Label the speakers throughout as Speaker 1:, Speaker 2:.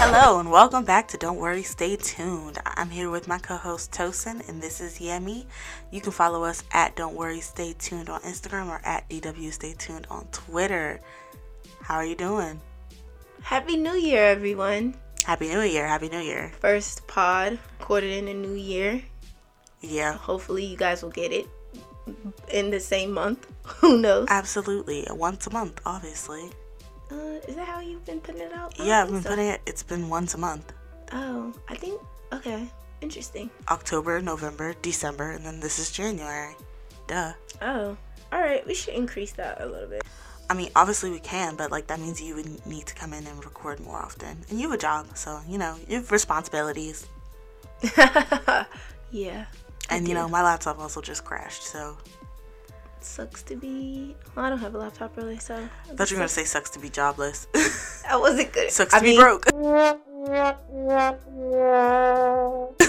Speaker 1: Hello and welcome back to Don't Worry, Stay Tuned. I'm here with my co host Tosin and this is Yemi. You can follow us at Don't Worry, Stay Tuned on Instagram or at DW Stay Tuned on Twitter. How are you doing?
Speaker 2: Happy New Year, everyone.
Speaker 1: Happy New Year, Happy New Year.
Speaker 2: First pod, quartered in the new year.
Speaker 1: Yeah,
Speaker 2: Hopefully, you guys will get it in the same month. Who knows?
Speaker 1: absolutely. Once a month, obviously.
Speaker 2: uh, is that how you've been putting it out? I
Speaker 1: Yeah, I've
Speaker 2: don't
Speaker 1: been
Speaker 2: think
Speaker 1: putting it, it's been once a month
Speaker 2: so. Oh, I think. Okay. Interesting.
Speaker 1: October, November, December, and then this is January. Duh.
Speaker 2: Oh. All right. We should increase that a little bit.
Speaker 1: I mean, obviously we can, but like that means you would need to come in and record more often. And you have a job, so you know, you have responsibilities.
Speaker 2: yeah.
Speaker 1: And you know, my laptop also just crashed, so
Speaker 2: Sucks to be. Well, I don't have a laptop really, so.
Speaker 1: I thought you were gonna say sucks to be jobless.
Speaker 2: I wasn't good.
Speaker 1: sucks
Speaker 2: I
Speaker 1: to be
Speaker 2: mean,
Speaker 1: broke.
Speaker 2: I,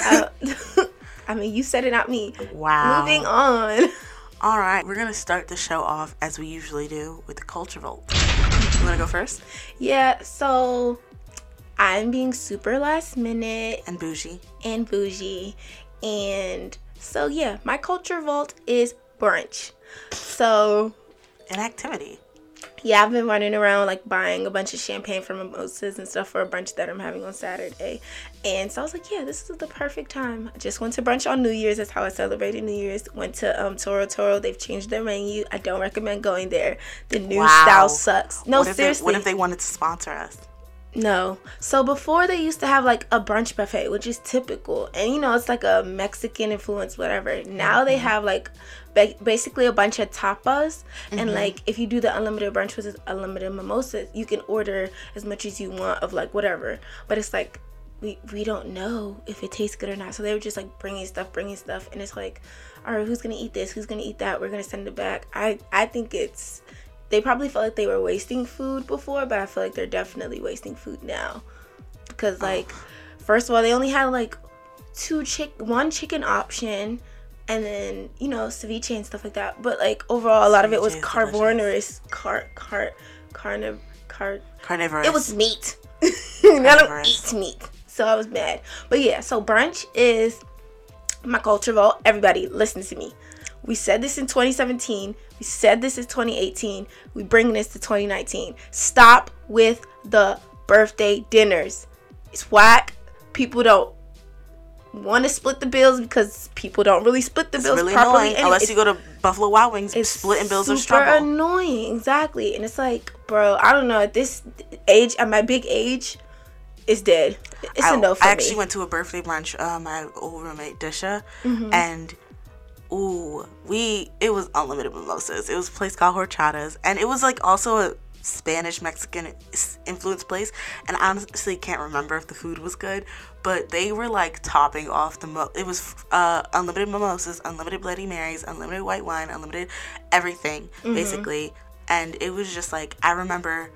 Speaker 2: uh, I mean, you said it, not me.
Speaker 1: Wow.
Speaker 2: Moving on.
Speaker 1: All right, we're gonna start the show off as we usually do with the culture vault. You wanna go first?
Speaker 2: Yeah, so I'm being super last minute
Speaker 1: And bougie.
Speaker 2: and bougie. And so, yeah, my culture vault is brunch. So,
Speaker 1: And activity.
Speaker 2: yeah, I've been running around like buying a bunch of champagne for mimosas and stuff for a brunch that I'm having on Saturday. And so I was like, yeah, this is the perfect time. I just went to brunch on New Year's. That's how I celebrated New Year's. Went to um, Toro Toro. They've changed their menu. I don't recommend going there. The new
Speaker 1: Wow.
Speaker 2: style sucks. No,
Speaker 1: what if
Speaker 2: seriously.
Speaker 1: They, what if they wanted to sponsor us?
Speaker 2: No. So before they used to have like a brunch buffet, which is typical. And you know, it's like a Mexican influence, whatever. Now they have like ba- basically a bunch of tapas. And like if you do the unlimited brunch with unlimited mimosas, you can order as much as you want of like whatever. But it's like, we, we don't know if it tastes good or not. So they were just like bringing stuff, bringing stuff. And it's like, all right, who's going to eat this? Who's going to eat that? We're going to send it back. I, I think it's they probably felt like they were wasting food before, but I feel like they're definitely wasting food now. Because like, first of all, they only had like two chick one chicken option and then, you know, ceviche and stuff like that. But like overall a lot of it was
Speaker 1: Ceviche is delicious.
Speaker 2: carnivorous car car carniv car
Speaker 1: Carnivorous.
Speaker 2: it was meat. And I don't
Speaker 1: Carnivorous.
Speaker 2: eat meat. So I was mad. But yeah, so brunch is my culture vault. Everybody, listen to me. We said this in 2017. We said this is 2018. We bringing this to 2019. Stop with the birthday dinners. It's whack. People don't want to split the bills because people don't really split the
Speaker 1: It's
Speaker 2: bills
Speaker 1: really
Speaker 2: properly.
Speaker 1: annoying.
Speaker 2: anyway.
Speaker 1: Unless
Speaker 2: It's
Speaker 1: you go to Buffalo Wild Wings,
Speaker 2: it's
Speaker 1: splitting bills are
Speaker 2: super
Speaker 1: struggle.
Speaker 2: annoying exactly and it's like bro i don't know at this age at my big age it's dead it's
Speaker 1: I,
Speaker 2: a no for
Speaker 1: I
Speaker 2: me
Speaker 1: actually went to a birthday brunch. Uh, my old roommate Disha,
Speaker 2: Mm-hmm.
Speaker 1: and ooh, we it was unlimited mimosas. It was a place called Horchatas, and it was like also a Spanish Mexican influence place. And I honestly can't remember if the food was good, but they were like topping off the. Mo- it was uh, unlimited mimosas, unlimited Bloody Marys, unlimited white wine, unlimited everything
Speaker 2: Mm-hmm.
Speaker 1: basically. And it was just like I remember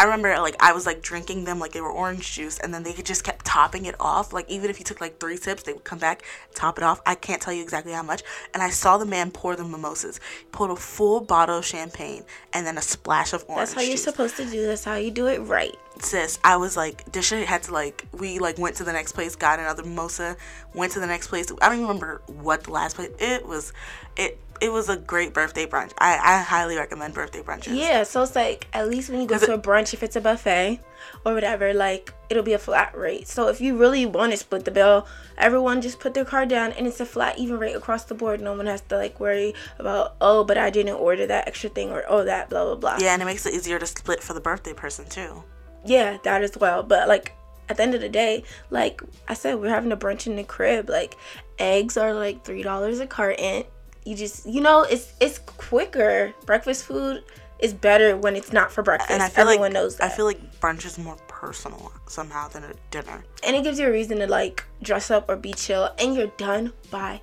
Speaker 1: I remember like I was like drinking them like they were orange juice, and then they just kept topping it off. Like even if you took like three sips, they would come back, top it off. I can't tell you exactly how much. And I saw the man pour the mimosas. He poured a full bottle of champagne and then a splash of orange.
Speaker 2: that's how you're
Speaker 1: juice.
Speaker 2: supposed to do that's how you do it right
Speaker 1: Sis, I was like, Disha had to like we like went to the next place, got another mimosa, went to the next place. I don't even remember what the last place. It was, it it was a great birthday brunch. I I highly recommend birthday brunches.
Speaker 2: yeah so it's like at least when you go
Speaker 1: 'Cause
Speaker 2: to a brunch if it's a buffet or whatever like it'll be a flat rate so if you really want to split the bill everyone just put their card down and it's a flat even rate across the board no one has to like worry about oh but i didn't order that extra thing or oh that blah blah blah
Speaker 1: Yeah, and it makes it easier to split for the birthday person too.
Speaker 2: yeah that as well but like at the end of the day like i said we're having a brunch in the crib like eggs are like three dollars a carton you just you know it's it's quicker breakfast food is better when it's not for breakfast
Speaker 1: and I feel
Speaker 2: everyone
Speaker 1: like
Speaker 2: knows that
Speaker 1: I feel like brunch is more personal somehow than a dinner.
Speaker 2: and it gives you a reason to like dress up or be chill and you're done by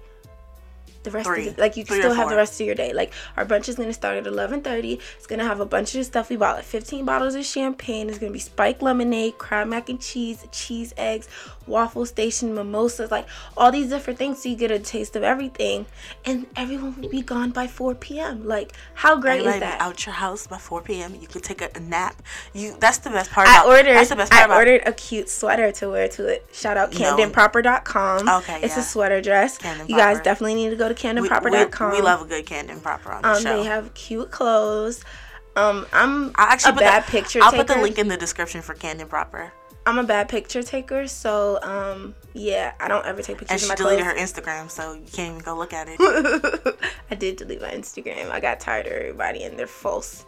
Speaker 2: the rest
Speaker 1: Three.
Speaker 2: of the, like you can
Speaker 1: Three or
Speaker 2: still have the
Speaker 1: four.
Speaker 2: rest of your day. Like our brunch is gonna start at eleven thirty. It's gonna have a bunch of stuff. We bought like fifteen bottles of champagne. It's gonna be spiked lemonade, crab mac and cheese, cheese eggs, waffle station, mimosas, like all these different things. So you get a taste of everything, and everyone will be gone by four p.m. Like how great
Speaker 1: Everybody
Speaker 2: is that?
Speaker 1: be out your house by 4 p.m. You can take a, a nap. You that's the best part.
Speaker 2: I
Speaker 1: about,
Speaker 2: ordered.
Speaker 1: That's the best part
Speaker 2: I
Speaker 1: about.
Speaker 2: ordered a cute sweater to wear to it. Shout out
Speaker 1: No.
Speaker 2: CamdenProper.com.
Speaker 1: Okay,
Speaker 2: It's
Speaker 1: yeah.
Speaker 2: a sweater dress.
Speaker 1: Camden
Speaker 2: you guys
Speaker 1: Proper.
Speaker 2: definitely need to go to
Speaker 1: we, we,
Speaker 2: CamdenProper.com.
Speaker 1: we love a good Camden proper on the
Speaker 2: Um,
Speaker 1: show.
Speaker 2: they have cute clothes. Um, I'm
Speaker 1: I actually
Speaker 2: a
Speaker 1: put
Speaker 2: bad
Speaker 1: the,
Speaker 2: picture
Speaker 1: I'll
Speaker 2: taker.
Speaker 1: put the link in the description for Camden proper.
Speaker 2: I'm a bad picture taker, so um, yeah, I don't ever take pictures
Speaker 1: And
Speaker 2: of
Speaker 1: she
Speaker 2: my
Speaker 1: deleted
Speaker 2: clothes.
Speaker 1: her Instagram, so you can't even go look at it.
Speaker 2: I did delete my Instagram. I got tired of everybody and they're false.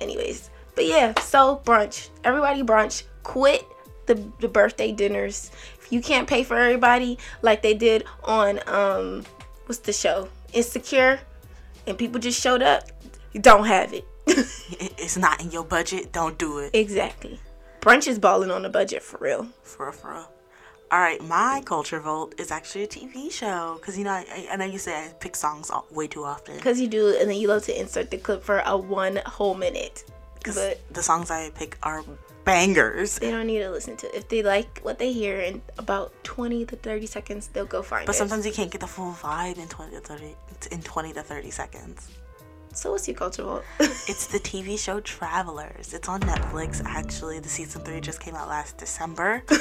Speaker 2: Anyways, but yeah, so brunch. Everybody brunch. Quit the the birthday dinners. If you can't pay for everybody like they did on um what's the show? Insecure and people just showed up, you don't have it.
Speaker 1: It- it's not in your budget. Don't do it.
Speaker 2: exactly. Brunch is balling on a budget for real.
Speaker 1: For real, for real. All right, my culture vote is actually a TV show because you know I, I- I know you say I pick songs all, way too often
Speaker 2: Cause you do and then you love to insert the clip for a one whole minute.
Speaker 1: because
Speaker 2: but-
Speaker 1: the songs I pick are bangers.
Speaker 2: they don't need to listen to it. If they like what they hear in about 20 to 30 seconds, they'll go find
Speaker 1: But
Speaker 2: it.
Speaker 1: sometimes you can't get the full vibe in twenty to thirty in twenty to thirty seconds.
Speaker 2: so what's your culture vote?
Speaker 1: It's the TV show Travelers. It's on Netflix. Actually, the season three just came out last December.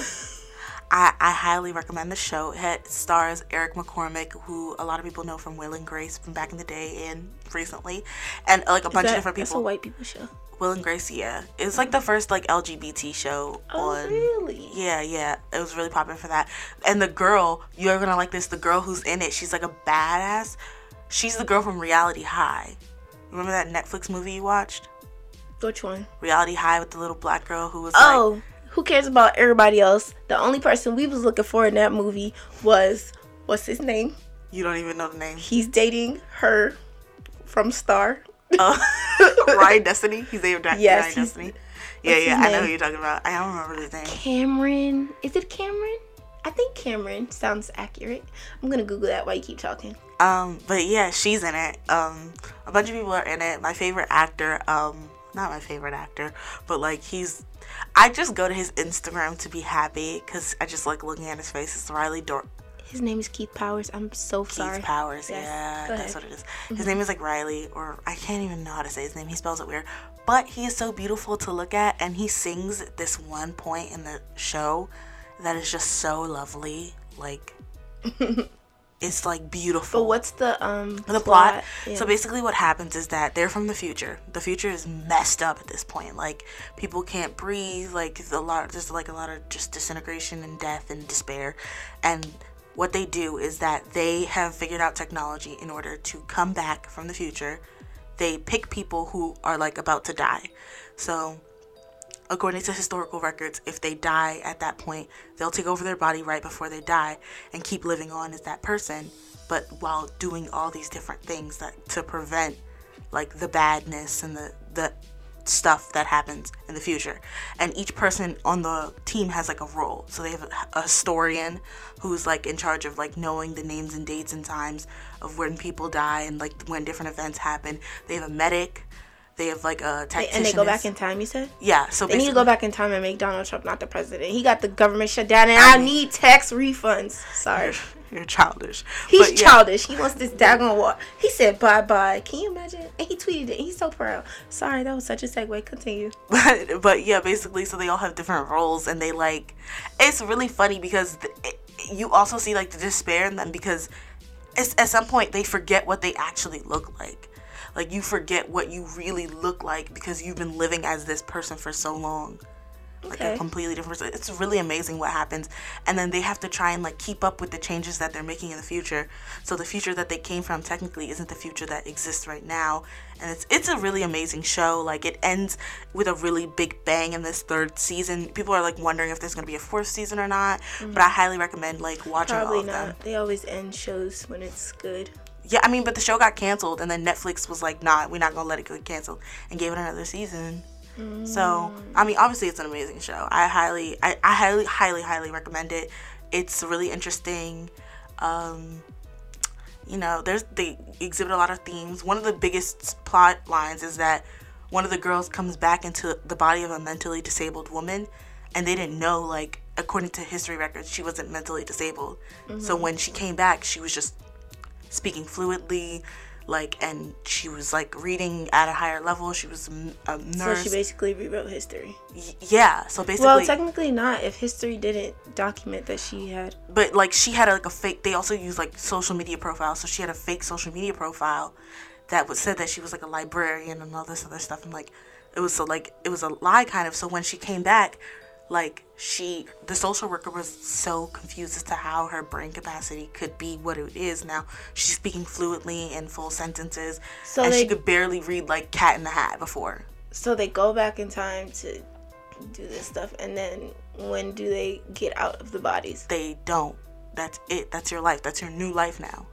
Speaker 1: I, I highly recommend the show. It stars Eric McCormick, who a lot of people know from Will and Grace from back in the day and recently, and like a bunch
Speaker 2: That-
Speaker 1: of different
Speaker 2: That's a
Speaker 1: people.
Speaker 2: white people show.
Speaker 1: Will and Grace, yeah, it's like the first like LGBT show
Speaker 2: Oh,
Speaker 1: on.
Speaker 2: really?
Speaker 1: Yeah, yeah. It was really popular for that. And the girl, you're gonna like this, the girl who's in it, she's like a badass. She's the girl from Reality High. Remember that Netflix movie you watched?
Speaker 2: Which one?
Speaker 1: Reality High with the little black girl who was like
Speaker 2: Oh, who cares about everybody else? The only person we was looking for in that movie was, what's his name?
Speaker 1: you don't even know the name.
Speaker 2: He's dating her from Star.
Speaker 1: Oh, Ryan Destiny? He's named Ryan
Speaker 2: Yes, he's-
Speaker 1: Destiny. Yeah,
Speaker 2: what's
Speaker 1: yeah,
Speaker 2: his
Speaker 1: I know
Speaker 2: name?
Speaker 1: who you're talking about. I don't remember his name.
Speaker 2: Cameron. Is it Cameron? I think Cameron sounds accurate. I'm gonna Google that while you keep talking.
Speaker 1: Um, but yeah, she's in it. Um, a bunch of people are in it. My favorite actor, um, not my favorite actor, but like he's, I just go to his Instagram to be happy because I just like looking at his face. It's Riley Dor-
Speaker 2: His name is Keith Powers. I'm so
Speaker 1: Keith
Speaker 2: sorry.
Speaker 1: Powers.
Speaker 2: Yes,
Speaker 1: Yeah,
Speaker 2: go
Speaker 1: that's
Speaker 2: ahead. Mm-hmm.
Speaker 1: what it is. His name is like Riley, or I can't even know how to say his name. He spells it weird, but he is so beautiful to look at, and he sings this one point in the show that is just so lovely. Like, it's like beautiful.
Speaker 2: But what's the um
Speaker 1: the plot.
Speaker 2: Yeah.
Speaker 1: So basically, what happens is that they're from the future. The future is messed up at this point. Like people can't breathe. Like it's a lot. There's like a lot of just disintegration and death and despair. And what they do is that they have figured out technology in order to come back from the future. They pick people who are like about to die. So according to historical records, if they die at that point, they'll take over their body right before they die and keep living on as that person, but while doing all these different things that to prevent like the badness and the the stuff that happens in the future. And each person on the team has like a role. So they have a, a historian who's like in charge of like knowing the names and dates and times of when people die and like when different events happen. They have a medic. They have like a tactician.
Speaker 2: and they go back in time, you said?
Speaker 1: Yeah, so
Speaker 2: They need to go back in time and make Donald Trump not the president. He got the government shut down and I need tax refunds. Sorry.
Speaker 1: You're childish.
Speaker 2: He's
Speaker 1: But yeah,
Speaker 2: childish. He wants this daggone war. He said bye bye. Can you imagine? And he tweeted it. He's so proud. Sorry, that was such a segue. Continue.
Speaker 1: But, but yeah, basically, so they all have different roles, and they like. It's really funny because th- it, you also see like the despair in them because it's, at some point they forget what they actually look like. Like you forget what you really look like because you've been living as this person for so long. like a
Speaker 2: Okay.
Speaker 1: completely different person. It's really amazing what happens, and then they have to try and like keep up with the changes that they're making in the future. So the future that they came from technically isn't the future that exists right now, and it's it's a really amazing show. Like it ends with a really big bang in this third season. People are like wondering if there's gonna be a fourth season or not, but I highly recommend like watching all
Speaker 2: Mm-hmm. Probably
Speaker 1: of them.
Speaker 2: not. They always end shows when it's good.
Speaker 1: Yeah, I mean, but the show got canceled, and then Netflix was like, "Nah, we're not gonna let it get canceled," and gave it another season. So, I mean, obviously, it's an amazing show. I highly, I, I highly, highly, highly recommend it. It's really interesting. Um, you know, there's they exhibit a lot of themes. One of the biggest plot lines is that one of the girls comes back into the body of a mentally disabled woman, and they didn't know like according to history records she wasn't mentally disabled.
Speaker 2: Mm-hmm.
Speaker 1: So when she came back, she was just speaking fluidly, like, and she was like reading at a higher level. She was a m- a
Speaker 2: So
Speaker 1: nurse.
Speaker 2: she basically rewrote history.
Speaker 1: Y- yeah. So basically,
Speaker 2: Well, technically not, if history didn't document that she had.
Speaker 1: but like she had like a fake they also use like social media profiles so she had a fake social media profile that was said that she was like a librarian and all this other stuff and like it was so like it was a lie kind of so when she came back like she the social worker was so confused as to how her brain capacity could be what it is now she's speaking fluently in full sentences
Speaker 2: So
Speaker 1: and she
Speaker 2: they-
Speaker 1: could barely read like cat in the hat before
Speaker 2: So they go back in time to do this stuff, and then when do they get out of the bodies?
Speaker 1: they don't that's it that's your life that's your new life now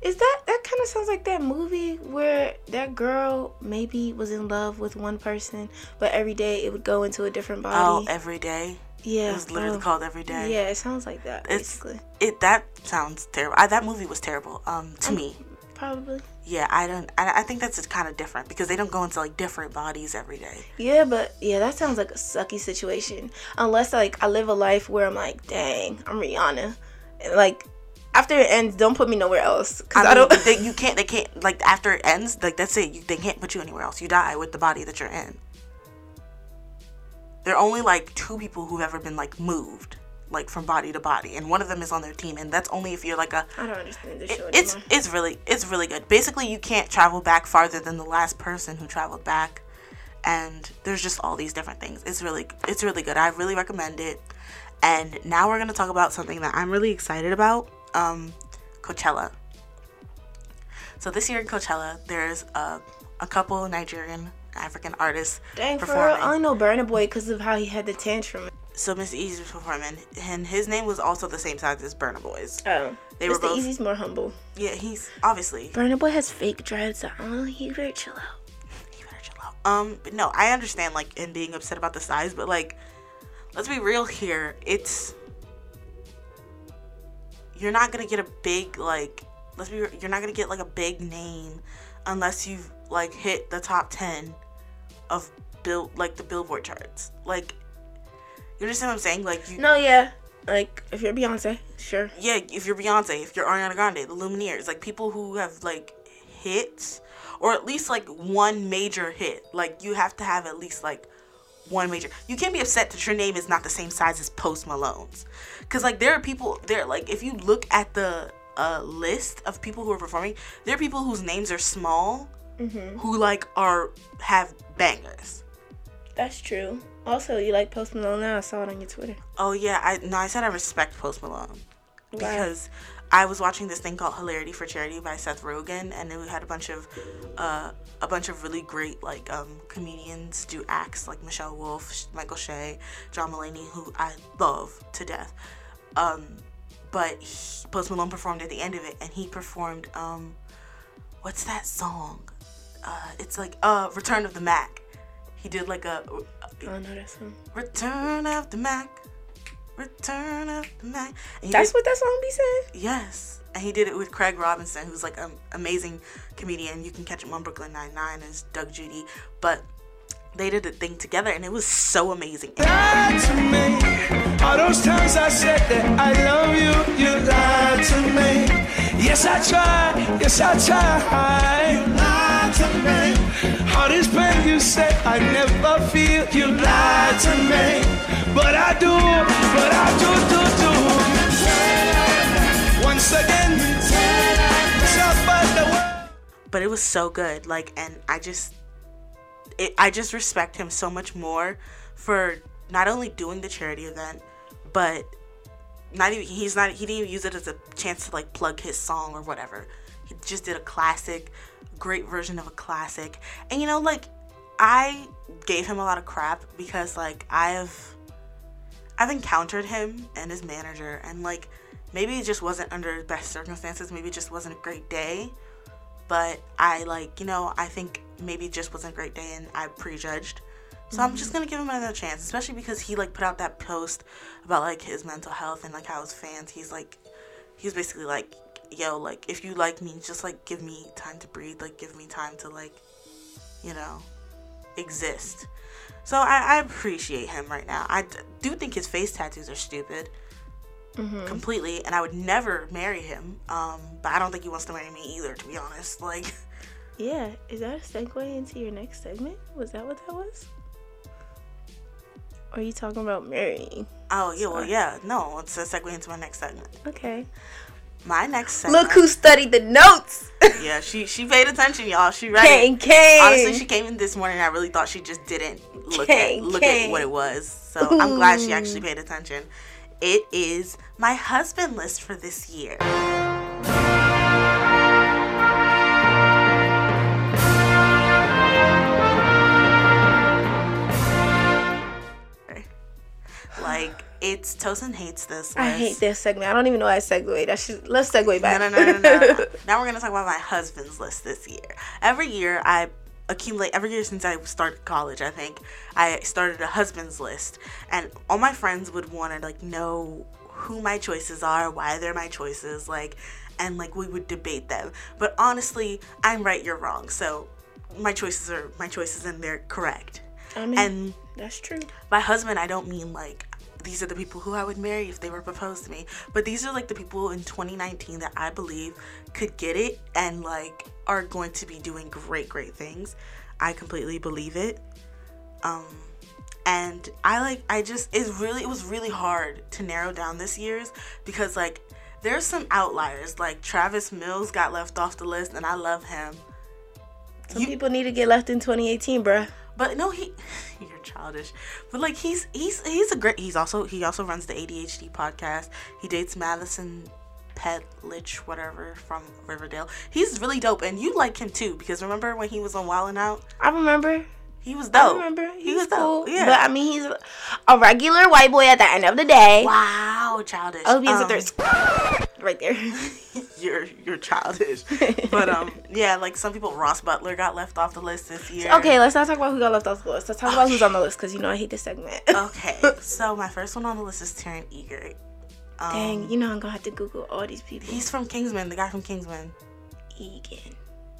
Speaker 2: Is that that kind of sounds like that movie where that girl maybe was in love with one person, but every day it would go into a different
Speaker 1: oh
Speaker 2: body?
Speaker 1: every day
Speaker 2: yeah,
Speaker 1: it was literally
Speaker 2: oh.
Speaker 1: called every day
Speaker 2: Yeah, it sounds like that
Speaker 1: It's-
Speaker 2: basically.
Speaker 1: it that sounds terrible. I, that movie was terrible. Um, to me,
Speaker 2: Probably.
Speaker 1: yeah, I don't. I, I think that's kind of different because they don't go into like different bodies every day.
Speaker 2: Yeah, but yeah, that sounds like a sucky situation. Unless like I live a life where I'm like, dang, I'm Rihanna, and like after it ends, don't put me nowhere else because I,
Speaker 1: I, mean,
Speaker 2: don't.
Speaker 1: they, you can't. They can't. Like after it ends, like that's it. You, they can't put you anywhere else. You die with the body that you're in. There are only like two people who've ever been like moved, like from body to body, and one of them is on their team, and that's only if you're like a
Speaker 2: I don't understand this
Speaker 1: It-
Speaker 2: show
Speaker 1: it's
Speaker 2: anymore.
Speaker 1: it's really it's really good. Basically, you can't travel back farther than the last person who traveled back, and there's just all these different things. It's really it's really good. I really recommend it. And now we're gonna talk about something that I'm really excited about, um, Coachella. So this year in Coachella, there's a a couple Nigerian African artists
Speaker 2: Dang, for real,
Speaker 1: performing.
Speaker 2: I only know Burna Boy because of how he had the tantrum.
Speaker 1: so Miss Easy was performing, and his name was also the same size as Burna Boy's.
Speaker 2: Oh,
Speaker 1: They
Speaker 2: Mr.
Speaker 1: were both-
Speaker 2: Easy's more humble.
Speaker 1: Yeah, he's obviously
Speaker 2: Burna Boy has fake dreads. I don't know. He very chill out.
Speaker 1: You better chill out. Um, but no, I understand like and being upset about the size, but like, let's be real here. It's you're not gonna get a big like. Let's be. You're not gonna get like a big name unless you've like hit the top ten of bill like the Billboard charts. Like, you understand what I'm saying? Like, you,
Speaker 2: No, yeah, like if you're Beyonce, sure.
Speaker 1: yeah, if you're Beyonce, if you're Ariana Grande, the Lumineers, like people who have like hits or at least like one major hit. Like you have to have at least like one major. You can't be upset that your name is not the same size as Post Malone's. Cuz like there are people there like if you look at the uh, list of people who are performing, there are people whose names are small who like are have bangers.
Speaker 2: That's true. Also, you like Post Malone now? I saw it on your Twitter.
Speaker 1: Oh yeah, I no, I said I respect Post Malone because I was watching this thing called Hilarity for Charity by Seth Rogen, and it had a bunch of uh, a bunch of really great like um, comedians do acts like Michelle Wolf, Sh- Michael Shea, John Mulaney, who I love to death. Um, but he, Post Malone performed at the end of it, and he performed um, what's that song? Uh, it's like uh, Return of the Mac. He did like a
Speaker 2: I don't know that song.
Speaker 1: Return of the Mac. Return of the Mac. And he
Speaker 2: That's
Speaker 1: did-
Speaker 2: what that song be saying.
Speaker 1: yes. And he did it with Craig Robinson, who's like an amazing comedian. You can catch him on Brooklyn Nine Nine as Doug Judy. But they did a thing together, and it was so amazing.
Speaker 3: lied to me. All those times I said that I love you, you lied to me. Yes, I tried, yes, I tried. You lied to me. All this pain you said I never feel, you lied to me. But I do, but I do, do, do. Once again, suffer the world.
Speaker 1: But it was so good. Like, and I just, it, I just respect him so much more for not only doing the charity event, but not even he's not he didn't even use it as a chance to like plug his song or whatever. He just did a classic, great version of a classic. And you know, like I gave him a lot of crap because like I've I've encountered him and his manager and like maybe it just wasn't under his best circumstances, maybe it just wasn't a great day. But I like, you know, I think maybe it just wasn't a great day and I prejudged. So I'm just gonna give him another chance, especially because he like put out that post about like his mental health and like how his fans. He's like, he was basically like, yo, like if you like me, just like give me time to breathe, like give me time to like, you know, exist. So I, I appreciate him right now. I d- do think his face tattoos are stupid, completely, and I would never marry him. Um, but I don't think he wants to marry me either, to be honest. Like,
Speaker 2: Yeah, is that a segue into your next segment? Was that what that was? Or are you talking about marrying?
Speaker 1: oh yeah, well yeah, no, it's a segue into my next segment.
Speaker 2: Okay.
Speaker 1: My next segment.
Speaker 2: Look who studied the notes.
Speaker 1: Yeah, she she paid attention, y'all. She read it.
Speaker 2: Kane, Kane.
Speaker 1: Honestly, she came in this morning. I really thought she just didn't look
Speaker 2: Kang,
Speaker 1: at look
Speaker 2: Kang.
Speaker 1: at what it was. So I'm glad she actually paid attention. It is my husband list for this year. Like it's Tosin hates this. List.
Speaker 2: I hate this segment. I don't even know why I segued. I should let's segue back.
Speaker 1: No, no, no, no, no, no. now we're gonna talk about my husband's list this year. Every year I accumulate every year since I started college, I think I started a husband's list, and all my friends would want to like know who my choices are, why they're my choices, like, and like we would debate them. But honestly, I'm right, you're wrong. So my choices are my choices, and they're correct.
Speaker 2: I mean,
Speaker 1: And
Speaker 2: that's true.
Speaker 1: by husband i don't mean like these are the people who i would marry if they were proposed to me but these are like the people in 2019 that i believe could get it and like are going to be doing great great things i completely believe it Um, and I like I just it really it was really hard to narrow down this year's because like there's some outliers like Travis Mills got left off the list and I love him
Speaker 2: Some people need to get left in 2018, bruh.
Speaker 1: but no he you're childish but like he's he's he's a great he's also he also runs the adhd podcast he dates madison petlich whatever from riverdale he's really dope and you like him too because remember when he was on Wildin' out
Speaker 2: I remember.
Speaker 1: he was dope
Speaker 2: I remember. He's
Speaker 1: he was
Speaker 2: cool.
Speaker 1: dope yeah
Speaker 2: But I mean, he's a regular white boy at the end of the day.
Speaker 1: wow childish
Speaker 2: I hope Oh, he has a
Speaker 1: Um,
Speaker 2: third right there.
Speaker 1: you're you're childish but um yeah like some people ross butler got left off the list this year
Speaker 2: okay, let's not talk about who got left off the list. Let's talk about who's on the list because you know I hate this segment.
Speaker 1: okay so my first one on the list is taryn eager um,
Speaker 2: Dang, you know I'm gonna have to Google all these people.
Speaker 1: he's from kingsman the guy from kingsman
Speaker 2: Egan.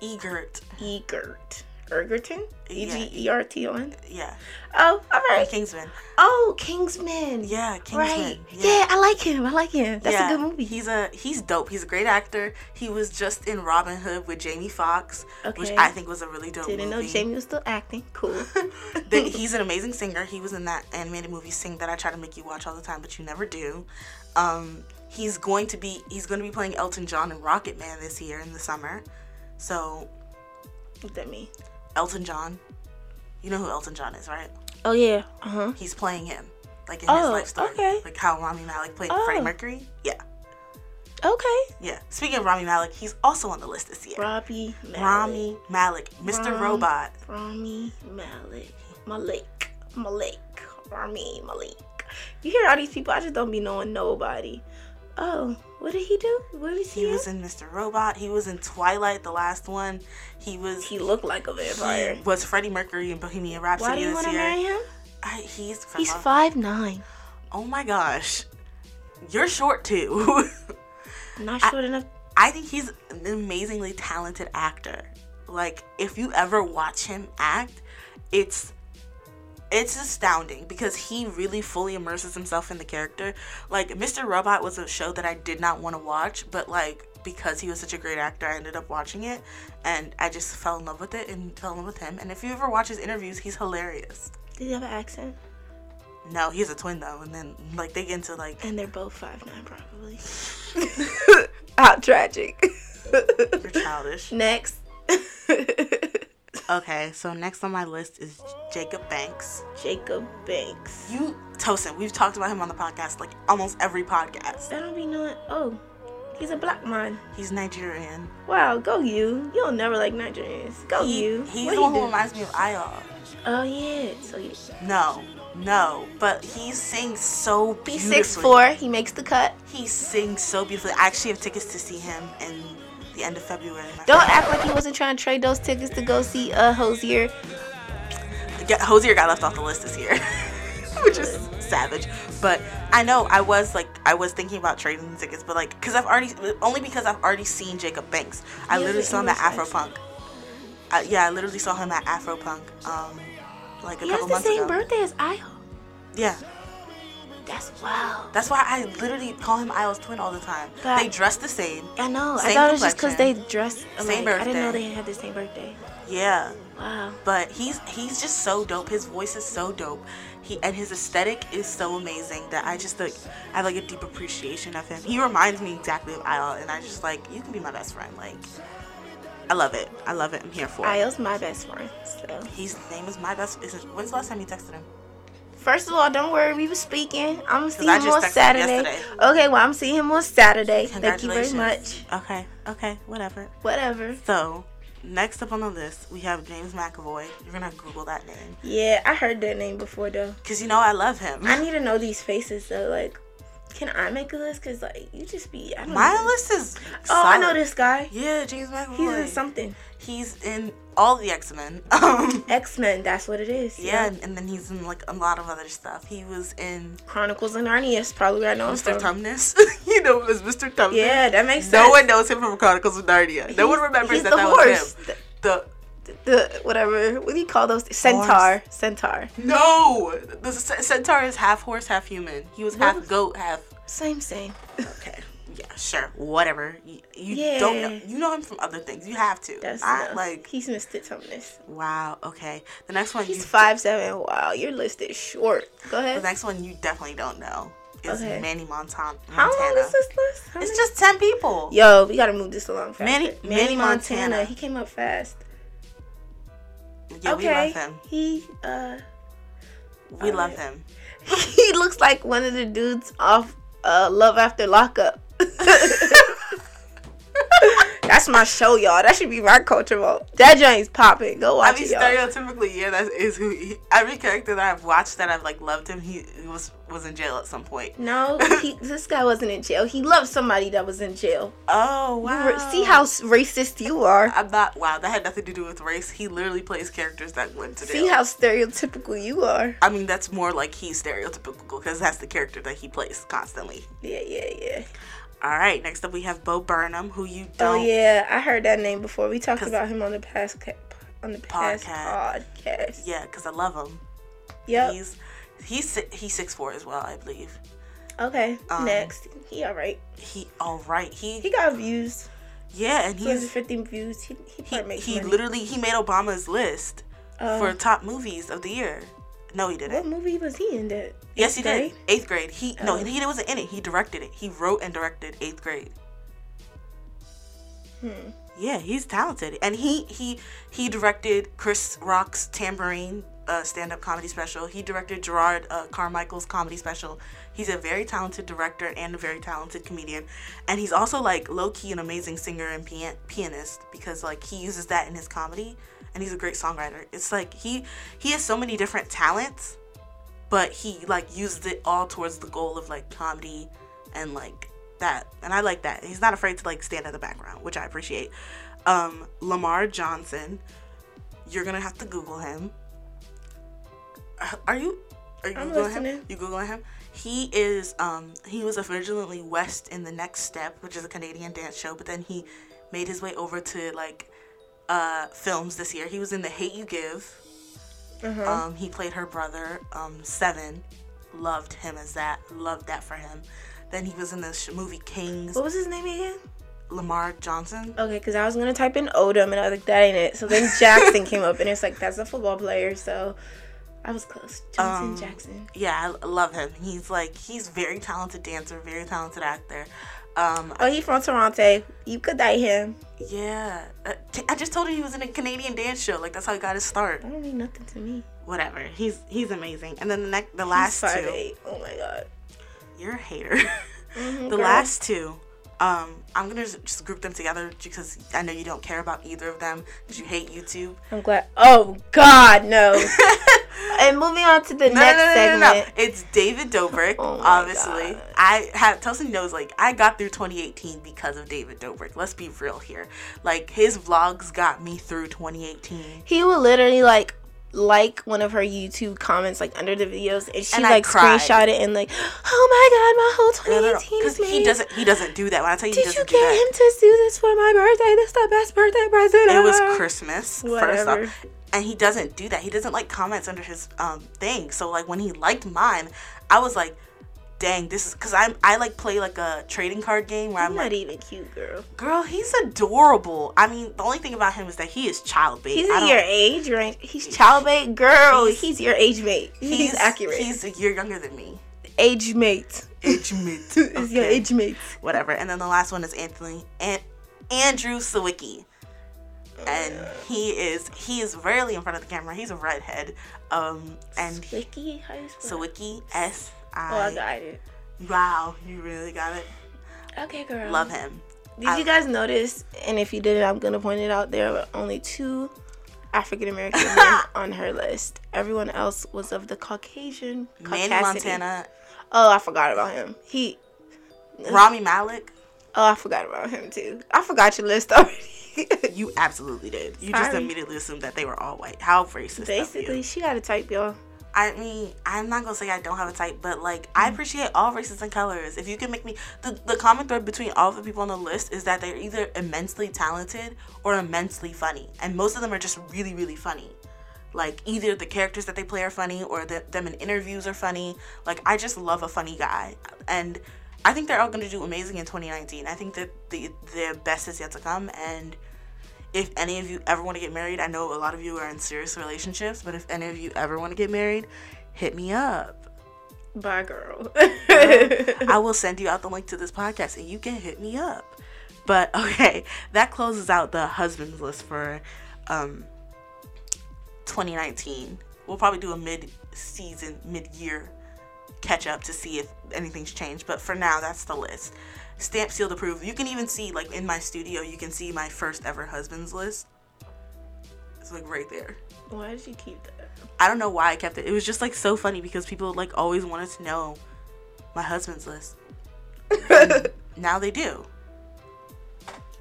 Speaker 1: Egert.
Speaker 2: Egert. Egerton? E
Speaker 1: Yeah.
Speaker 2: G E R T O N?
Speaker 1: Yeah.
Speaker 2: Oh, all right.
Speaker 1: Kingsman.
Speaker 2: Oh, Kingsman.
Speaker 1: Yeah, Kingsman.
Speaker 2: Right. Yeah. I like him. I like him. That's
Speaker 1: Yeah.
Speaker 2: a good movie.
Speaker 1: He's a he's dope. He's a great actor. He was just in Robin Hood with Jamie Foxx, which
Speaker 2: Okay.
Speaker 1: I think was a really dope
Speaker 2: Didn't know
Speaker 1: movie.
Speaker 2: Jamie was still acting. Cool.
Speaker 1: Then he's an amazing singer. He was in that animated movie Sing that I try to make you watch all the time, but you never do. Um, he's going to be he's going to be playing Elton John in Rocket Man this year in the summer. So
Speaker 2: What that mean?
Speaker 1: Elton John, you know who Elton John is, right?
Speaker 2: Oh yeah. Uh huh.
Speaker 1: He's playing him, like in his
Speaker 2: Oh,
Speaker 1: life story,
Speaker 2: okay.
Speaker 1: like how Rami Malek played
Speaker 2: Oh.
Speaker 1: Freddie Mercury. Yeah.
Speaker 2: Okay.
Speaker 1: Yeah. Speaking of Rami Malik, he's also on the list this year.
Speaker 2: Robbie. Malik.
Speaker 1: Rami Malik, Mr.
Speaker 2: Ram-
Speaker 1: Robot.
Speaker 2: Rami Malik. Malik. Malik. Rami Malik. You hear all these people. I just don't be knowing nobody. Oh, what did he do? What was he?
Speaker 1: He
Speaker 2: in?
Speaker 1: was in Mr. Robot. He was in Twilight, the last one. He was
Speaker 2: he looked like a vampire.
Speaker 1: he was Freddie Mercury in Uh-huh. Bohemian Rhapsody
Speaker 2: Why do you
Speaker 1: this
Speaker 2: want to
Speaker 1: year.
Speaker 2: marry him?
Speaker 1: I, he's from
Speaker 2: He's
Speaker 1: a-
Speaker 2: five nine.
Speaker 1: Oh my gosh, you're short too.
Speaker 2: Not short enough.
Speaker 1: I think he's an amazingly talented actor. Like if you ever watch him act, it's it's astounding because he really fully immerses himself in the character. Like Mr. Robot was a show that I did not want to watch, but like because he was such a great actor, I ended up watching it and I just fell in love with it and fell in love with him. And if you ever watch his interviews, he's hilarious.
Speaker 2: Did he have an accent?
Speaker 1: No, he's a twin though, and then like they get into like
Speaker 2: And they're both five nine, probably. How tragic.
Speaker 1: you're childish.
Speaker 2: Next.
Speaker 1: Okay, so next on my list is Jacob Banks.
Speaker 2: Jacob Banks.
Speaker 1: You, Tosin, we've talked about him on the podcast, like almost every podcast.
Speaker 2: I don't be knowing. Oh, he's a black man.
Speaker 1: He's Nigerian.
Speaker 2: Wow, go you. You'll never like Nigerians. Go
Speaker 1: He-
Speaker 2: you.
Speaker 1: he's
Speaker 2: What
Speaker 1: the
Speaker 2: he
Speaker 1: one who
Speaker 2: do?
Speaker 1: reminds me of Ayah.
Speaker 2: Oh yeah. So he,
Speaker 1: No, no, but he sings so
Speaker 2: he's
Speaker 1: beautifully.
Speaker 2: six four. He makes the cut.
Speaker 1: He sings so beautifully. I actually have tickets to see him in the end of February. My
Speaker 2: Don't act like he wasn't trying to trade those tickets to go see uh Hosier.
Speaker 1: Get- Hosier got left off the list this year, which is savage. But I know I was like I was thinking about trading the tickets, but like because I've already only because I've already seen Jacob Banks. I
Speaker 2: Yeah,
Speaker 1: literally
Speaker 2: he
Speaker 1: saw him at
Speaker 2: was nice.
Speaker 1: Afropunk. I, yeah, I literally saw him at Afropunk. Um, like a
Speaker 2: He has
Speaker 1: couple
Speaker 2: the
Speaker 1: months
Speaker 2: same
Speaker 1: ago.
Speaker 2: birthday as Isle.
Speaker 1: Yeah,
Speaker 2: That's wow.
Speaker 1: that's why I literally call him Isle's twin all the time.
Speaker 2: That-
Speaker 1: they dress the same.
Speaker 2: I know. I
Speaker 1: Same
Speaker 2: thought it was just because they
Speaker 1: complexion.
Speaker 2: dressed alike.
Speaker 1: Same
Speaker 2: I didn't know
Speaker 1: birthday.
Speaker 2: they had the same birthday.
Speaker 1: Yeah,
Speaker 2: Wow.
Speaker 1: but he's he's just so dope. His voice is so dope. He and his aesthetic is so amazing that I just like I have like a deep appreciation of him. He reminds me exactly of Isle, and I just like you can be my best friend. Like I love it. I love it. I'm here for it.
Speaker 2: Isle's my best friend. So
Speaker 1: His name is my best. Is it, when's the last time you texted him?
Speaker 2: first of all, don't worry. We were speaking. I'm gonna see
Speaker 1: I
Speaker 2: him
Speaker 1: just
Speaker 2: on
Speaker 1: texted him
Speaker 2: Saturday.
Speaker 1: yesterday.
Speaker 2: Okay. Well, I'm seeing him on Saturday. Thank you very
Speaker 1: Congratulations.
Speaker 2: much.
Speaker 1: Okay. Okay. Whatever.
Speaker 2: Whatever.
Speaker 1: So next up on the list we have James McAvoy. You're gonna Google that name
Speaker 2: Yeah, I heard that name before though.
Speaker 1: because you know I love him.
Speaker 2: I need to know these faces though. Like, can I make a list? Cause like you just be. I don't
Speaker 1: My
Speaker 2: know.
Speaker 1: list is.
Speaker 2: Oh, I know
Speaker 1: solid.
Speaker 2: this guy.
Speaker 1: Yeah, James McAvoy.
Speaker 2: He's in something.
Speaker 1: He's in all the X Men. Um,
Speaker 2: X Men. That's what it is.
Speaker 1: yeah, and, and then he's in like a lot of other stuff. He was in
Speaker 2: Chronicles of Narnia is probably where I know him
Speaker 1: Mr.
Speaker 2: from.
Speaker 1: Tumnus. you know him as Mr. Tumnus.
Speaker 2: Yeah, that makes sense.
Speaker 1: No one knows him from Chronicles of Narnia. no one
Speaker 2: He's-
Speaker 1: remembers
Speaker 2: he's
Speaker 1: that
Speaker 2: the
Speaker 1: that
Speaker 2: horse.
Speaker 1: was him. The
Speaker 2: the whatever. What do you call those? Centaur. Centaur.
Speaker 1: no, the c- centaur is half horse, half human. He was
Speaker 2: What
Speaker 1: half
Speaker 2: was-
Speaker 1: goat, half.
Speaker 2: Same, same.
Speaker 1: Okay. Yeah, sure, whatever. You, you don't know.
Speaker 2: Yeah.
Speaker 1: You know him from other things. You have to.
Speaker 2: That's
Speaker 1: I,
Speaker 2: enough.
Speaker 1: like
Speaker 2: he's Mr. Tumnus.
Speaker 1: wow. Okay, the next one.
Speaker 2: He's
Speaker 1: you-
Speaker 2: five seven. Wow, your list is short. Go
Speaker 1: The
Speaker 2: ahead.
Speaker 1: next one you definitely don't know is
Speaker 2: Okay.
Speaker 1: Manny Montan- Montana.
Speaker 2: How long is this list? How
Speaker 1: It's
Speaker 2: many-
Speaker 1: just ten people.
Speaker 2: Yo, we gotta move this along faster.
Speaker 1: Manny- Manny Montana.
Speaker 2: He came up fast.
Speaker 1: Yeah, we
Speaker 2: okay.
Speaker 1: love him.
Speaker 2: He uh
Speaker 1: We love him.
Speaker 2: he looks like one of the dudes off uh Love After Lockup. That's my show, y'all. That should be my culture vote. That joint's popping. Go
Speaker 1: I
Speaker 2: watch
Speaker 1: mean,
Speaker 2: it, y'all.
Speaker 1: stereotypically, yeah, that is who. He, every character that I've watched that I've like loved him, he was was in jail at some point.
Speaker 2: No, he, this guy wasn't in jail. He loved somebody that was in jail.
Speaker 1: Oh
Speaker 2: You
Speaker 1: wow!
Speaker 2: re- See how s- racist you are.
Speaker 1: I'm not. Wow, that had nothing to do with race. He literally plays characters that went to jail.
Speaker 2: See how stereotypical you are.
Speaker 1: I mean, that's more like he's stereotypical because that's the character that he plays constantly.
Speaker 2: Yeah, yeah, yeah.
Speaker 1: All right, next up we have Bo Burnham, who you
Speaker 2: Oh
Speaker 1: don't.
Speaker 2: yeah, I heard that name before. We talked
Speaker 1: 'Cause-
Speaker 2: about him on the past ca- on the past
Speaker 1: Podcast.
Speaker 2: podcast.
Speaker 1: Yeah, because I love him.
Speaker 2: Yep.
Speaker 1: He's he's si- he's six four as well, I believe.
Speaker 2: okay.
Speaker 1: um,
Speaker 2: Next, he all right.
Speaker 1: He all right. He,
Speaker 2: He got views.
Speaker 1: yeah, and
Speaker 2: Two hundred
Speaker 1: he's
Speaker 2: fifty views. He
Speaker 1: he,
Speaker 2: he probably makes
Speaker 1: he
Speaker 2: money. Um,
Speaker 1: literally Uh. he made Obama's list for top movies of the year. No, he
Speaker 2: What
Speaker 1: didn't.
Speaker 2: movie was he in? That
Speaker 1: Yes, he
Speaker 2: Eighth grade?
Speaker 1: did. Eighth grade. He no,
Speaker 2: Oh.
Speaker 1: he wasn't in it. He directed it. He wrote and directed eighth grade.
Speaker 2: Hmm.
Speaker 1: Yeah, he's talented, and he he he directed Chris Rock's Tambourine uh, stand-up comedy special. He directed Gerard uh, Carmichael's comedy special. He's a very talented director and a very talented comedian, and he's also like low-key an amazing singer and pian- pianist because like he uses that in his comedy, and he's a great songwriter. It's like he he has so many different talents but he like used it all towards the goal of like comedy and like that and i like that he's not afraid to like stand in the background which i appreciate um lamar johnson you're gonna have to google him are you are you
Speaker 2: I'm
Speaker 1: googling him
Speaker 2: listening.
Speaker 1: you googling him he is um he was originally west in the next step which is a canadian dance show but then he made his way over to like uh films this year he was in the hate you give um, he played her brother, um, Seven. Loved him as that. Loved that for him. Then he was in the sh- movie Kings.
Speaker 2: What was his name again?
Speaker 1: Lamar Johnson.
Speaker 2: Okay, because I was gonna type in Odom and I was like, that ain't it. So then Jackson came up and it's like that's a football player. So I was close. Johnson
Speaker 1: Um,
Speaker 2: Jackson.
Speaker 1: Yeah, I l- love him. He's like he's very talented dancer, very talented actor. Um,
Speaker 2: Oh, he from Toronto. You could date him.
Speaker 1: yeah, Uh, t- I just told you he was in a Canadian dance show. Like that's how he got his start.
Speaker 2: That don't mean nothing to me.
Speaker 1: Whatever. He's he's amazing. And then the next, the
Speaker 2: He's
Speaker 1: last
Speaker 2: five
Speaker 1: two.
Speaker 2: eight. Oh my god.
Speaker 1: You're a hater. the
Speaker 2: Mm-hmm, girl.
Speaker 1: last two, um, I'm gonna just- just group them together because I know you don't care about either of them because you hate YouTube.
Speaker 2: I'm glad. Oh god, no. and moving on to the next segment.
Speaker 1: It's David Dobrik,
Speaker 2: Oh my
Speaker 1: obviously.
Speaker 2: God.
Speaker 1: I have Telson knows like I got through 2018 because of David Dobrik. Let's be real here. Like his vlogs got me through 2018.
Speaker 2: He would literally like like one of her YouTube comments like under the videos, and she
Speaker 1: And I
Speaker 2: like
Speaker 1: cried.
Speaker 2: screenshot it and like, oh my god, my whole
Speaker 1: No, no, no.
Speaker 2: 2018
Speaker 1: Because
Speaker 2: is
Speaker 1: he
Speaker 2: made.
Speaker 1: doesn't. He doesn't do that. When I tell you, he
Speaker 2: Did you
Speaker 1: doesn't
Speaker 2: get
Speaker 1: do that.
Speaker 2: him to do this for my birthday? That's the best birthday present ever.
Speaker 1: It was Christmas. First
Speaker 2: Whatever.
Speaker 1: off, and he doesn't do that. He doesn't like comments under his um thing. So like when he liked mine, I was like, dang, this is because I'm I like play like a trading card game where I'm
Speaker 2: not
Speaker 1: like,
Speaker 2: even cute, girl.
Speaker 1: girl, he's adorable. I mean, the only thing about him is that he is child bait.
Speaker 2: He's
Speaker 1: I
Speaker 2: in
Speaker 1: don't-
Speaker 2: your age range. He's child mate, girl. He's,
Speaker 1: He's-
Speaker 2: your age mate. He's, accurate.
Speaker 1: He's a year younger than me.
Speaker 2: age mate.
Speaker 1: Age mate.
Speaker 2: Is your
Speaker 1: Okay.
Speaker 2: age mate?
Speaker 1: whatever. And then the last one is Anthony and Andrew Sawicki. And he is he is rarely in front of the camera. He's a redhead. Um and
Speaker 2: Swicky, how you spell? it?
Speaker 1: Sawicki S
Speaker 2: Oh, I
Speaker 1: I
Speaker 2: got it.
Speaker 1: Wow, you really got it.
Speaker 2: Okay, girl.
Speaker 1: Love him.
Speaker 2: Did you guys notice? And if you didn't, I'm gonna point it out. There were only two African American men on her list. Everyone else was of the Caucasian.
Speaker 1: Manny
Speaker 2: Caucasity.
Speaker 1: Montana,
Speaker 2: Oh, I forgot about him. He.
Speaker 1: Rami Malik.
Speaker 2: Oh, I forgot about him too. I forgot your list already.
Speaker 1: You absolutely did. You just
Speaker 2: Sorry.
Speaker 1: immediately assumed that they were all white. How racist. of you.
Speaker 2: Basically, she got a type, y'all.
Speaker 1: I mean, I'm not gonna say I don't have a type, but like I appreciate all races and colors. If you can make me the, the common thread between all the people on the list is that they're either immensely talented or immensely funny. And most of them are just really, really funny. Like either the characters that they play are funny or the, them in interviews are funny. Like I just love a funny guy. And I think they're all gonna do amazing in 2019. I think that the their best is yet to come and if any of you ever want to get married, I know a lot of you are in serious relationships, but if any of you ever want to get married, hit me up.
Speaker 2: Bye, girl.
Speaker 1: I will send you out the link to this podcast and you can hit me up. But okay, that closes out the husbands list for um 2019. We'll probably do a mid-season, mid-year catch up to see if anything's changed. But for now, that's the list. Stamp sealed approved. You can even see like in my studio, you can see my first ever husbands list. It's like right there.
Speaker 2: Why did you keep that?
Speaker 1: I don't know why I kept it. It was just like so funny because people like always wanted to know my husband's list. And now they do.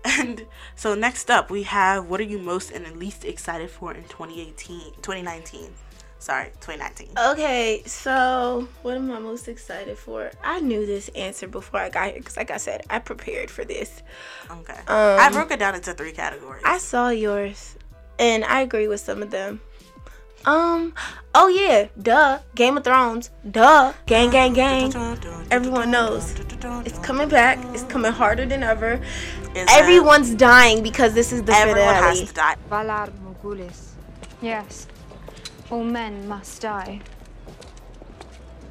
Speaker 1: And so next up we have what are you most and least excited for in 2018 2019. Sorry, 2019.
Speaker 2: Uh, Okay, so what am I most excited for? I knew this answer before I got here because, like I said, I prepared for this.
Speaker 1: okay. I broke it down into three categories.
Speaker 2: um, I saw yours, and I agree with some of them. Um, oh yeah, duh, Game of Thrones, duh, gang, gang, gang. Everyone knows It's coming back. It's coming harder than ever.
Speaker 1: Is that-
Speaker 2: Everyone's dying because this is the
Speaker 1: Everyone
Speaker 2: finale.
Speaker 1: has to die.
Speaker 4: Valar Morghulis. Yes, all men must die.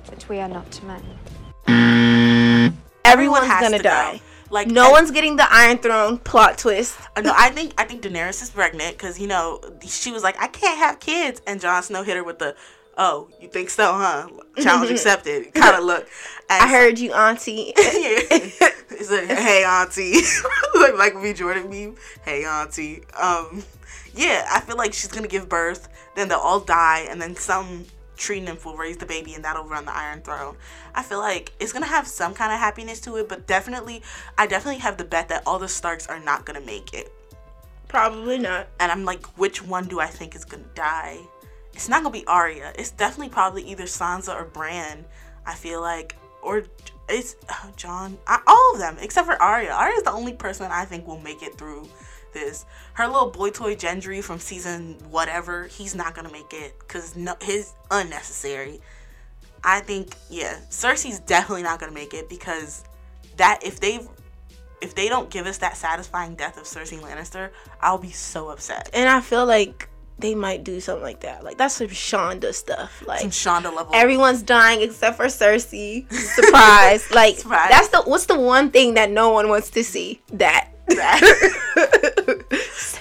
Speaker 4: But we are not men.
Speaker 2: Everyone's
Speaker 1: Everyone has
Speaker 2: gonna
Speaker 1: to go.
Speaker 2: die.
Speaker 1: Like
Speaker 2: No
Speaker 1: and-
Speaker 2: one's getting the Iron Throne plot twist.
Speaker 1: Uh, No, I think I think Daenerys is pregnant because you know she was like, I can't have kids, and Jon Snow hit her with the, oh, you think so, huh? Challenge accepted, kind of look. And
Speaker 2: I heard you, Auntie.
Speaker 1: it's like, hey auntie, like Michael B. Jordan meme. Hey auntie. Um, yeah, I feel like she's gonna give birth, then they'll all die, and then some tree nymph will raise the baby, and that'll run the Iron Throne. I feel like it's gonna have some kind of happiness to it, but definitely, I definitely have the bet that all the Starks are not gonna make it
Speaker 2: Probably not.
Speaker 1: and I'm like, which one do I think is gonna die? It's not gonna be Arya. It's definitely probably either Sansa or Bran. I feel like, or it's uh, John. I, all of them except for Arya. Arya's the only person I think will make it through this. Her little boy toy Gendry from season whatever, he's not gonna make it because no, his unnecessary. I think yeah, Cersei's definitely not gonna make it because that if they if they don't give us that satisfying death of Cersei Lannister, I'll be so upset.
Speaker 2: And I feel like they might do something like that. Like that's some Shonda stuff. Like
Speaker 1: some Shonda level.
Speaker 2: everyone's dying except for Cersei. Surprise! like
Speaker 1: Surprise.
Speaker 2: that's the what's the one thing that no one wants to see? That.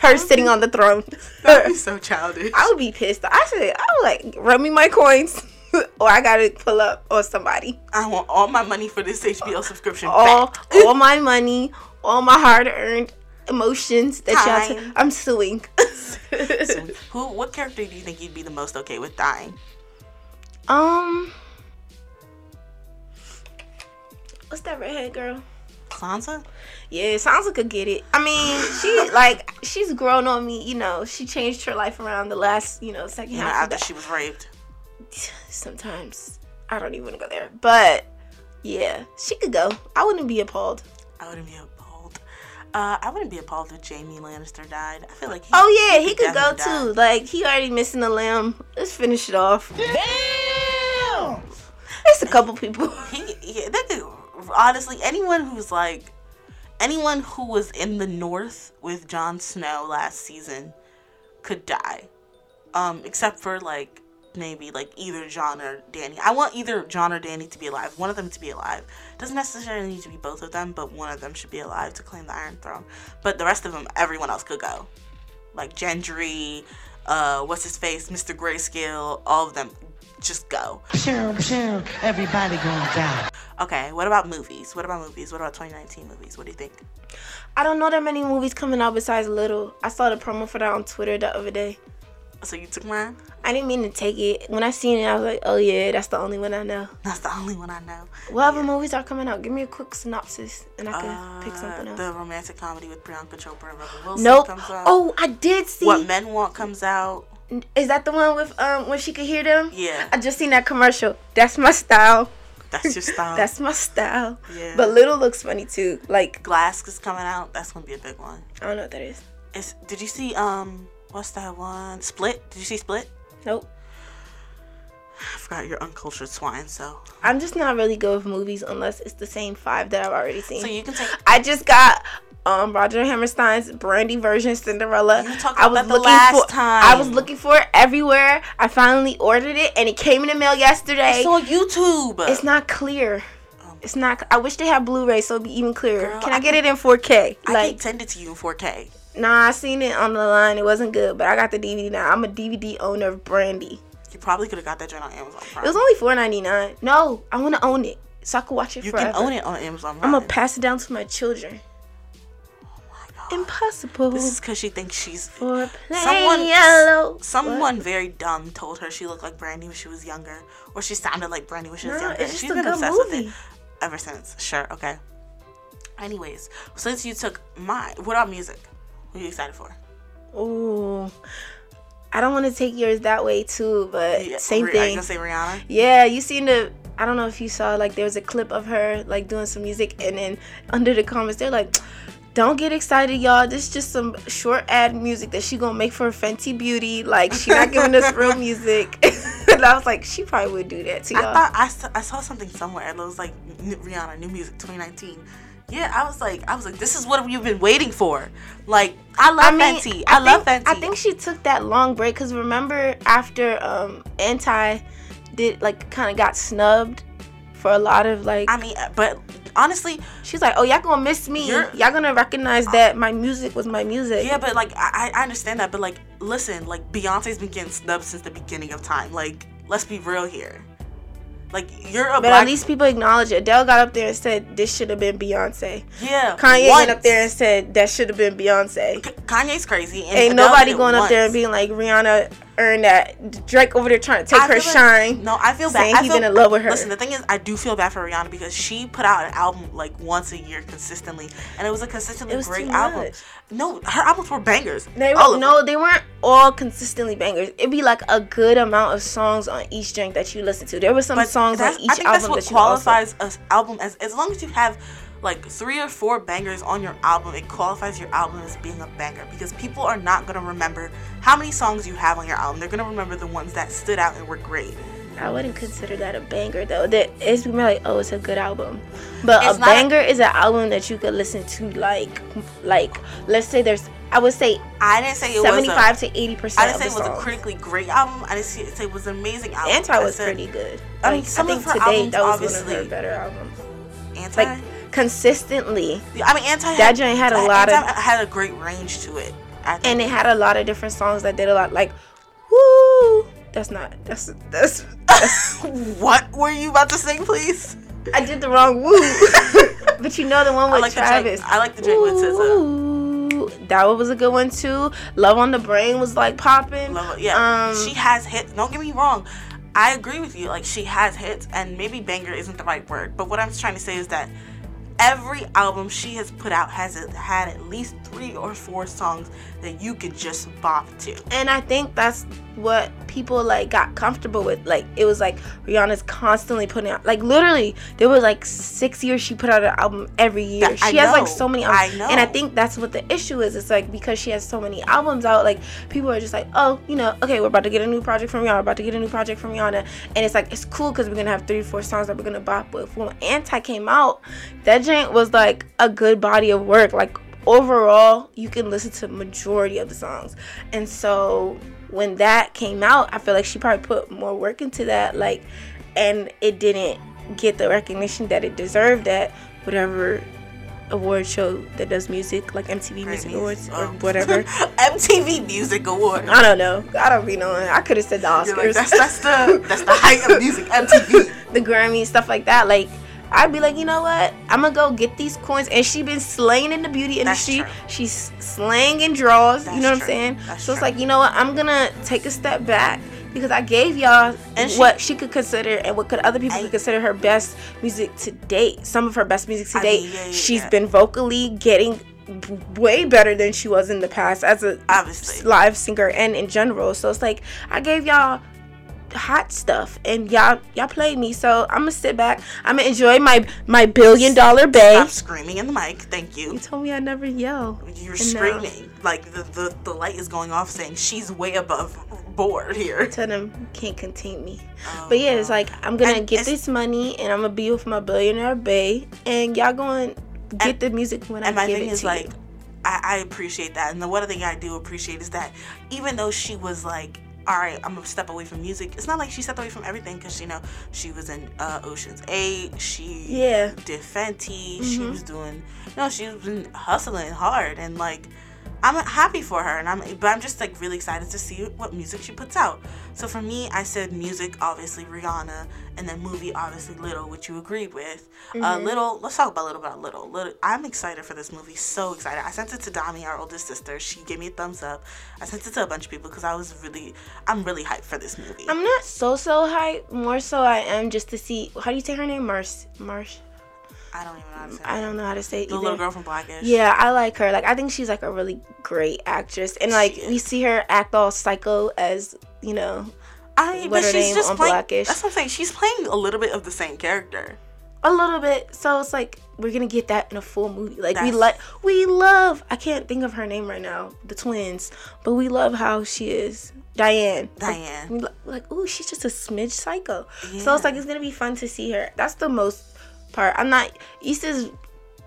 Speaker 2: Her sitting on the throne.
Speaker 1: That'd be so childish.
Speaker 2: I would be pissed. I said, I would like run me my coins, or I gotta pull up on somebody.
Speaker 1: I want all my money for this HBO subscription.
Speaker 2: All
Speaker 1: back.
Speaker 2: all my money, all my hard earned emotions that y'all. T-
Speaker 1: Time.
Speaker 2: I'm suing.
Speaker 1: Who? What character do you think you'd be the most okay with dying?
Speaker 2: um, what's that redhead girl?
Speaker 1: Sansa?
Speaker 2: Yeah, Sansa could get it. I mean, she like she's grown on me. You know, she changed her life around the last you know second
Speaker 1: You know,
Speaker 2: half. of
Speaker 1: after
Speaker 2: that.
Speaker 1: she was raped.
Speaker 2: Sometimes I don't even want to go there, but yeah, she could go. I wouldn't be appalled.
Speaker 1: I wouldn't be appalled. Uh, I wouldn't be appalled if Jamie Lannister died. I feel like he,
Speaker 2: Oh yeah, he could go
Speaker 1: definitely
Speaker 2: too.
Speaker 1: die.
Speaker 2: Like he already missing a limb. Let's finish it off. Damn. It's a couple people.
Speaker 1: He, yeah, that dude, honestly, anyone who's like, anyone who was in the North with Jon Snow last season could die. Um, except for like maybe like either Jon or Danny. I want either Jon or Danny to be alive. One of them to be alive. Doesn't necessarily need to be both of them, but one of them should be alive to claim the Iron Throne. But the rest of them, everyone else could go. Like Gendry, uh, what's his face, Mr. Grayscale, all of them, just go.
Speaker 5: Chill, chill. Everybody gonna die.
Speaker 1: Okay, what about movies? What about movies? What about 2019 movies? What do you think?
Speaker 2: I don't know that many movies coming out besides Little. I saw the promo for that on Twitter the other day.
Speaker 1: So you took mine?
Speaker 2: I didn't mean to take it. When I seen it, I was like, oh yeah, that's the only one I know.
Speaker 1: That's the only one I know.
Speaker 2: What other movies are coming out? Give me a quick synopsis and I can pick something
Speaker 1: Uh,
Speaker 2: else.
Speaker 1: the romantic comedy with Priyanka Chopra and Rebel Wilson
Speaker 2: Nope.
Speaker 1: comes out.
Speaker 2: Oh, I did see.
Speaker 1: What Men Want comes out.
Speaker 2: Is that the one with um when she could hear them?
Speaker 1: Yeah.
Speaker 2: I just seen that commercial. That's my style.
Speaker 1: That's um, your style.
Speaker 2: That's my style.
Speaker 1: Yeah.
Speaker 2: But Little looks funny too. Like
Speaker 1: Glass is coming out. That's gonna be a big one.
Speaker 2: I don't know what that is.
Speaker 1: It's, did you see um what's that one? Split? Did you see Split?
Speaker 2: Nope.
Speaker 1: I forgot you're uncultured swine. So
Speaker 2: I'm just not really good with movies unless it's the same five that I've already seen.
Speaker 1: so you can take.
Speaker 2: I just got um Roger Hammerstein's brandy version Cinderella.
Speaker 1: You talked
Speaker 2: I was
Speaker 1: about that the last
Speaker 2: for,
Speaker 1: time.
Speaker 2: I was looking for it everywhere. I finally ordered it and it came in the mail yesterday.
Speaker 1: It's on YouTube.
Speaker 2: it's not clear. It's not. I wish they had Blu-ray so it'd be even clearer.
Speaker 1: Girl,
Speaker 2: can
Speaker 1: I
Speaker 2: I, get it in 4K?
Speaker 1: I
Speaker 2: like,
Speaker 1: can send it to you in 4K.
Speaker 2: nah, I seen it on the line. It wasn't good, but I got the DVD now. I'm a DVD owner of Brandy.
Speaker 1: You probably could have got that joint on Amazon Prime.
Speaker 2: It was only 4.99. No, I want to own it so I can watch it
Speaker 1: you
Speaker 2: forever.
Speaker 1: can own it on Amazon
Speaker 2: I'm
Speaker 1: Prime.
Speaker 2: gonna pass it down to my children. Oh Impossible.
Speaker 1: This is because she thinks she's
Speaker 2: for plain
Speaker 1: someone.
Speaker 2: yellow.
Speaker 1: Someone very dumb told her she looked like Brandy when she was younger, or she sounded like Brandy when she was
Speaker 2: No,
Speaker 1: younger.
Speaker 2: it's just
Speaker 1: She's
Speaker 2: a
Speaker 1: been
Speaker 2: good
Speaker 1: obsessed with it
Speaker 2: movie.
Speaker 1: ever since. Sure, okay. Anyways, since you took my, what about music? What are you excited for?
Speaker 2: Ooh. I don't want to take yours that way too, but
Speaker 1: Yeah, Rih-
Speaker 2: same
Speaker 1: Are you
Speaker 2: thing.
Speaker 1: gonna say Rihanna?
Speaker 2: yeah, you seen the I don't know if you saw like there was a clip of her like doing some music and then under the comments they're like don't get excited, y'all. This is just some short ad music that she gonna make for Fenty Beauty. Like she not giving us real music. and I was like, she probably would do that to
Speaker 1: I
Speaker 2: y'all.
Speaker 1: thought I saw, I saw something somewhere. It was like "N- Rihanna, new music 2019. Yeah, I was like, I was like, this is what we've been waiting for. Like, I love Fenty. I, love
Speaker 2: think,
Speaker 1: Fenty.
Speaker 2: I think she took that long break because remember after um Anti did like kind of got snubbed for a lot of like
Speaker 1: I mean, uh, but honestly,
Speaker 2: she's like, oh y'all gonna miss me,
Speaker 1: You're-
Speaker 2: y'all gonna recognize that my music was my music.
Speaker 1: Yeah, but like I, I understand that, but like listen, like Beyonce's been getting snubbed since the beginning of time. Like, let's be real here. Like you're a
Speaker 2: But
Speaker 1: black
Speaker 2: at least people acknowledge it. Adele got up there and said this should have been Beyonce.
Speaker 1: yeah.
Speaker 2: Kanye
Speaker 1: once.
Speaker 2: went up there and said that should have been Beyonce.
Speaker 1: K- Kanye's crazy. And
Speaker 2: Ain't
Speaker 1: Adele
Speaker 2: nobody
Speaker 1: did it
Speaker 2: going up there
Speaker 1: once.
Speaker 2: and being like Rihanna earned that. Drake over there trying to take
Speaker 1: I
Speaker 2: her
Speaker 1: feel like-
Speaker 2: shine.
Speaker 1: No, I feel bad.
Speaker 2: saying
Speaker 1: I
Speaker 2: he
Speaker 1: feel,
Speaker 2: been in love with her.
Speaker 1: Listen, the thing is, I do feel bad for Rihanna because she put out an album like once a year consistently, and it was a consistently
Speaker 2: It was
Speaker 1: great
Speaker 2: too
Speaker 1: album.
Speaker 2: much.
Speaker 1: No, her albums were bangers.
Speaker 2: They
Speaker 1: all
Speaker 2: were,
Speaker 1: of
Speaker 2: no,
Speaker 1: them.
Speaker 2: they weren't all consistently bangers. It'd be like a good amount of songs on each drink that you listen to. There were some
Speaker 1: But
Speaker 2: songs on
Speaker 1: that's-
Speaker 2: each
Speaker 1: I think
Speaker 2: album
Speaker 1: that's what
Speaker 2: that you qualifies.
Speaker 1: qualifies an album as as long as you have like three or four bangers on your album, it qualifies your album as being a banger because people are not gonna remember how many songs you have on your album. They're gonna remember the ones that stood out and were great.
Speaker 2: I wouldn't consider that a banger though. That it's more like oh, it's a good album. But
Speaker 1: It's
Speaker 2: a
Speaker 1: not a-
Speaker 2: banger is an album that you could listen to like like let's say there's I would say
Speaker 1: I didn't say it
Speaker 2: seventy five
Speaker 1: was
Speaker 2: to eighty
Speaker 1: a, I
Speaker 2: percent.
Speaker 1: didn't say it
Speaker 2: of the
Speaker 1: was a
Speaker 2: songs.
Speaker 1: critically great album. I didn't say say it was an amazing album.
Speaker 2: Anti
Speaker 1: I
Speaker 2: was
Speaker 1: said
Speaker 2: pretty good.
Speaker 1: I mean,
Speaker 2: Like,
Speaker 1: some
Speaker 2: I
Speaker 1: of
Speaker 2: think
Speaker 1: her
Speaker 2: today
Speaker 1: albums,
Speaker 2: that was one of
Speaker 1: obviously-
Speaker 2: her better albums.
Speaker 1: Anti.
Speaker 2: Like consistently,
Speaker 1: Yeah, I mean, Anti.
Speaker 2: that joint had a lot of-
Speaker 1: Anti had a great range to it. I think.
Speaker 2: and it had a lot of different songs that did a lot like woo. That's not that's that's
Speaker 1: what were you about to sing, please?
Speaker 2: I did the wrong woo. but you know the one with
Speaker 1: I like the
Speaker 2: Travis.
Speaker 1: drink. I like the drink with SZA.
Speaker 2: Ooh, that one was a good one too. Love on the Brain was like popping.
Speaker 1: Love- yeah,
Speaker 2: Um,
Speaker 1: she has hits. Don't get me wrong. I agree with you. Like she has hits, and maybe banger isn't the right word. But what I'm trying to say is that every album she has put out has had at least three or four songs that you could just bop to.
Speaker 2: And I think that's what people like got comfortable with. Like it was like Rihanna's constantly putting out like literally there was like six years she put out an album every year.
Speaker 1: That- I
Speaker 2: she has
Speaker 1: know.
Speaker 2: like so many albums.
Speaker 1: I know.
Speaker 2: And I think that's what the issue is. It's like because she has so many albums out, like people are just like, Oh, you know, okay, we're about to get a new project from Rihanna, we're about to get a new project from Rihanna and it's like it's cool because we're gonna have three, four songs that we're gonna bop with. When Anti came out, that joint was like a good body of work. Like overall you can listen to majority of the songs and so when that came out i feel like she probably put more work into that like and it didn't get the recognition that it deserved at whatever award show that does music like mtv music
Speaker 1: Grammys.
Speaker 2: awards or
Speaker 1: Um,
Speaker 2: whatever
Speaker 1: MTV Music Award.
Speaker 2: i don't know i don't be knowing i could have said the
Speaker 1: You're
Speaker 2: oscars
Speaker 1: like, that's, that's the that's the height of music, MTV.
Speaker 2: the Grammy stuff like that. Like I'd be like, you know what? I'm gonna go get these coins. And she been slaying in the beauty
Speaker 1: That's
Speaker 2: industry.
Speaker 1: true.
Speaker 2: She's slaying in draws.
Speaker 1: That's
Speaker 2: you know what
Speaker 1: true.
Speaker 2: I'm saying?
Speaker 1: That's
Speaker 2: so it's
Speaker 1: true.
Speaker 2: like, you know what? I'm gonna take a step back because I gave y'all
Speaker 1: And she-
Speaker 2: what she could consider and what could other people
Speaker 1: I-
Speaker 2: could consider her best music to date. Some of her best music to
Speaker 1: I
Speaker 2: date.
Speaker 1: mean, yeah, yeah,
Speaker 2: She's
Speaker 1: yeah.
Speaker 2: been vocally getting b- way better than she was in the past as a
Speaker 1: Obviously.
Speaker 2: live singer and in general. So it's like I gave y'all hot stuff and y'all y'all played me so i'm gonna sit back i'm gonna enjoy my my billion dollar bay
Speaker 1: Stop screaming in the mic. Thank you.
Speaker 2: you told me i never yell
Speaker 1: You're
Speaker 2: And now-
Speaker 1: screaming. Like the, the the light is going off, saying she's way above board here.
Speaker 2: tell them you can't contain me but yeah it's like i'm gonna
Speaker 1: Oh, And
Speaker 2: get
Speaker 1: it's-
Speaker 2: this money and i'm gonna be with my billionaire bay and y'all going get the music when
Speaker 1: and
Speaker 2: i
Speaker 1: my
Speaker 2: give
Speaker 1: thing
Speaker 2: it
Speaker 1: is
Speaker 2: to
Speaker 1: like
Speaker 2: you
Speaker 1: I, I appreciate that and the one thing i do appreciate is that even though she was like all right i'm gonna step away from music it's not like she stepped away from everything because you know she was in uh, oceans 8 she
Speaker 2: Yeah.
Speaker 1: did fenty she
Speaker 2: Mm-hmm.
Speaker 1: was doing no she's been hustling hard and like i'm happy for her and i'm but i'm just like really excited to see what music she puts out so for me i said music obviously rihanna and then movie obviously little which you agreed with uh,
Speaker 2: Mm-hmm.
Speaker 1: little let's talk about little about little little i'm excited for this movie so excited i sent it to dami our oldest sister she gave me a thumbs up i sent it to a bunch of people because i was really i'm really hyped for this movie
Speaker 2: i'm not so so hype more so i am just to see how do you say her name marsh marsh
Speaker 1: i don't even know how to say
Speaker 2: i
Speaker 1: it.
Speaker 2: don't know how to say it
Speaker 1: the
Speaker 2: either.
Speaker 1: little girl from blackish
Speaker 2: Yeah, I like her. Like I think she's like a really great actress, and like
Speaker 1: She
Speaker 2: we see her act all psycho as you know,
Speaker 1: I mean,
Speaker 2: what
Speaker 1: but
Speaker 2: her
Speaker 1: she's
Speaker 2: name
Speaker 1: just
Speaker 2: on
Speaker 1: playing.
Speaker 2: Blackish.
Speaker 1: That's what I'm saying. She's playing a little bit of the same character.
Speaker 2: a little bit. So it's like we're gonna get that in a full movie. Like we
Speaker 1: That's-
Speaker 2: like we love. I can't think of her name right now. The twins, but we love how she is. Diane.
Speaker 1: Diane.
Speaker 2: We lo- like, ooh, she's just a smidge psycho. So it's like it's gonna be fun to see her. That's the most part. I'm not Issa's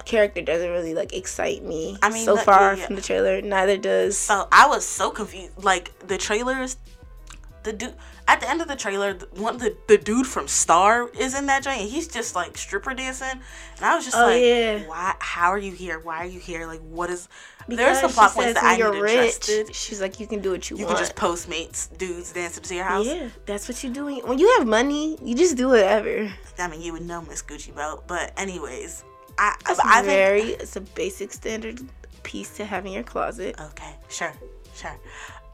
Speaker 2: character doesn't really like excite me.
Speaker 1: I mean,
Speaker 2: so
Speaker 1: the-
Speaker 2: far
Speaker 1: yeah, yeah.
Speaker 2: from the trailer, neither does.
Speaker 1: So I was so confused. Like the trailers, the dude at the end of the trailer, th- one the the dude from Star is in that joint, and he's just like stripper dancing, and I was just
Speaker 2: Oh,
Speaker 1: like,
Speaker 2: yeah.
Speaker 1: why? How are you here? Why are you here? Like, what is?
Speaker 2: Because
Speaker 1: There's some
Speaker 2: Uh, she
Speaker 1: plot points
Speaker 2: says
Speaker 1: that
Speaker 2: when
Speaker 1: I
Speaker 2: you're
Speaker 1: need
Speaker 2: rich,
Speaker 1: addressed.
Speaker 2: She's like, you can do what you,
Speaker 1: You
Speaker 2: want.
Speaker 1: can just post mates, dudes dancing to your house.
Speaker 2: yeah, that's what you do when- when you have money. You just do whatever.
Speaker 1: I mean, you would know Miss Gucci Belt, but anyways, I
Speaker 2: It's
Speaker 1: I, I think-
Speaker 2: very, it's a basic standard piece to have in your closet.
Speaker 1: Okay, sure, sure.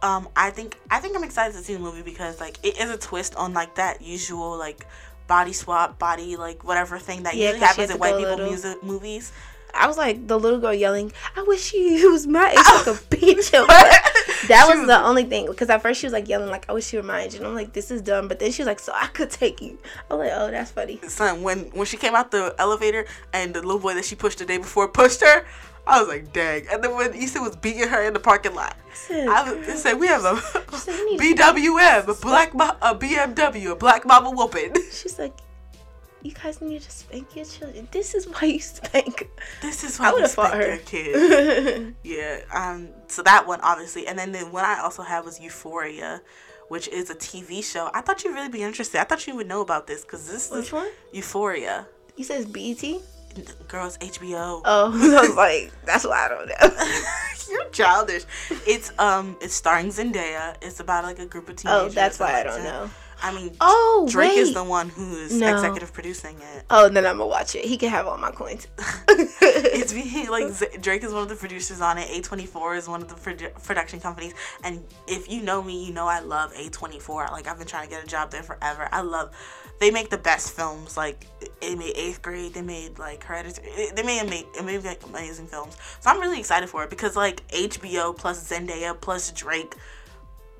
Speaker 1: Um, I think I think I'm excited to see the movie because like it is a twist on like that usual like body swap, body like whatever thing that
Speaker 2: Yeah,
Speaker 1: usually
Speaker 2: 'cause she
Speaker 1: happens
Speaker 2: had
Speaker 1: in
Speaker 2: to
Speaker 1: white
Speaker 2: go a
Speaker 1: people
Speaker 2: little-
Speaker 1: music movies.
Speaker 2: I was like the little girl yelling, "I wish she was my age, I could beat your butt." That was the only thing because at first she was like yelling, like, "I wish she were my age," and I'm like, "This is dumb." But then she was like, "So I could take you." I'm like, "Oh, that's funny."
Speaker 1: Son, when when she came out the elevator and the little boy that she pushed the day before pushed her, I was like, dang. And then when Issa was beating her in the parking lot,
Speaker 2: said,
Speaker 1: I was I said, we have a
Speaker 2: said, "You need to-
Speaker 1: BWM, a black mo- a BMW, a black mama whooping.
Speaker 2: She's like, "You guys need to spank your children. This is why you spank."
Speaker 1: This is
Speaker 2: I
Speaker 1: why I would
Speaker 2: would've
Speaker 1: have
Speaker 2: fought
Speaker 1: fought
Speaker 2: her.
Speaker 1: her kid. Yeah. Um. So that one, obviously, and then the one I also had was Euphoria, which is a TV show. I thought you'd really be interested. I thought you would know about this because this is
Speaker 2: Which one?
Speaker 1: Euphoria.
Speaker 2: You E says BET?
Speaker 1: Girls, HBO.
Speaker 2: Oh, I was like, that's why I don't know.
Speaker 1: You're childish. It's um. It's starring Zendaya. It's about like a group of teenagers.
Speaker 2: Oh, that's why I
Speaker 1: and, like,
Speaker 2: don't know.
Speaker 1: I mean,
Speaker 2: Oh,
Speaker 1: Drake is
Speaker 2: wait.
Speaker 1: the one who's
Speaker 2: No.
Speaker 1: executive producing it.
Speaker 2: Oh, then I'm gonna watch it. He can have all my coins.
Speaker 1: It's being like Z- Drake is one of the producers on it. A24 is one of the produ- production companies, and if you know me, you know I love A24. Like I've been trying to get a job there forever. I love. They make the best films. Like they made Eighth Grade. They made like Hereditary. They made ama- made like, amazing films. So I'm really excited for it because like HBO plus Zendaya plus Drake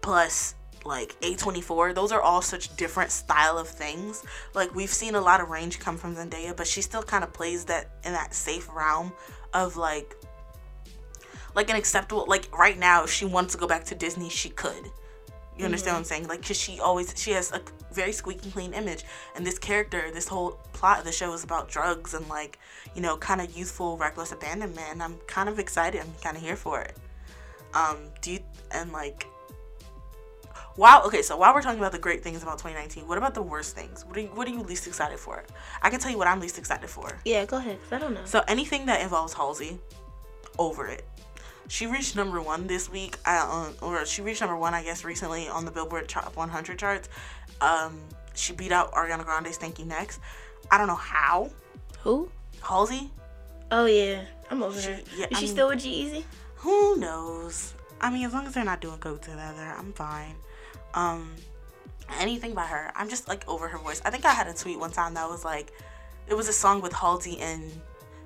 Speaker 1: plus like A24, those are all such different style of things. Like we've seen a lot of range come from Zendaya, but she still kind of plays that in that safe realm of like like an acceptable like right now if she wants to go back to Disney, she could. You understand what I'm saying? Like, cause she always she has a very squeaky clean image, and this character, this whole plot of the show is about drugs and like, you know, kind of youthful, reckless abandonment. And I'm kind of excited. I'm kind of here for it. Um, do you and like, Wow. Okay, so while we're talking about the great things about 2019, what about the worst things? What are you, what are you least excited for? I can tell you what I'm least excited for.
Speaker 2: yeah, go ahead. 'cause I don't know.
Speaker 1: So anything that involves Halsey, over it. She reached number one this week, uh, on- or she reached number one, I guess, recently on the Billboard Top 100 charts. Um, she beat out Ariana Grande's "Thank You Next." I don't know how
Speaker 2: Who?
Speaker 1: Halsey.
Speaker 2: Oh yeah, I'm over her.
Speaker 1: yeah,
Speaker 2: is
Speaker 1: I
Speaker 2: she
Speaker 1: mean-
Speaker 2: still with G-Eazy?
Speaker 1: Who knows? I mean, as long as they're not doing coke together, I'm fine. Um, anything by her, I'm just like over her voice. I think I had a tweet one time that was like, it was a song with Halsey and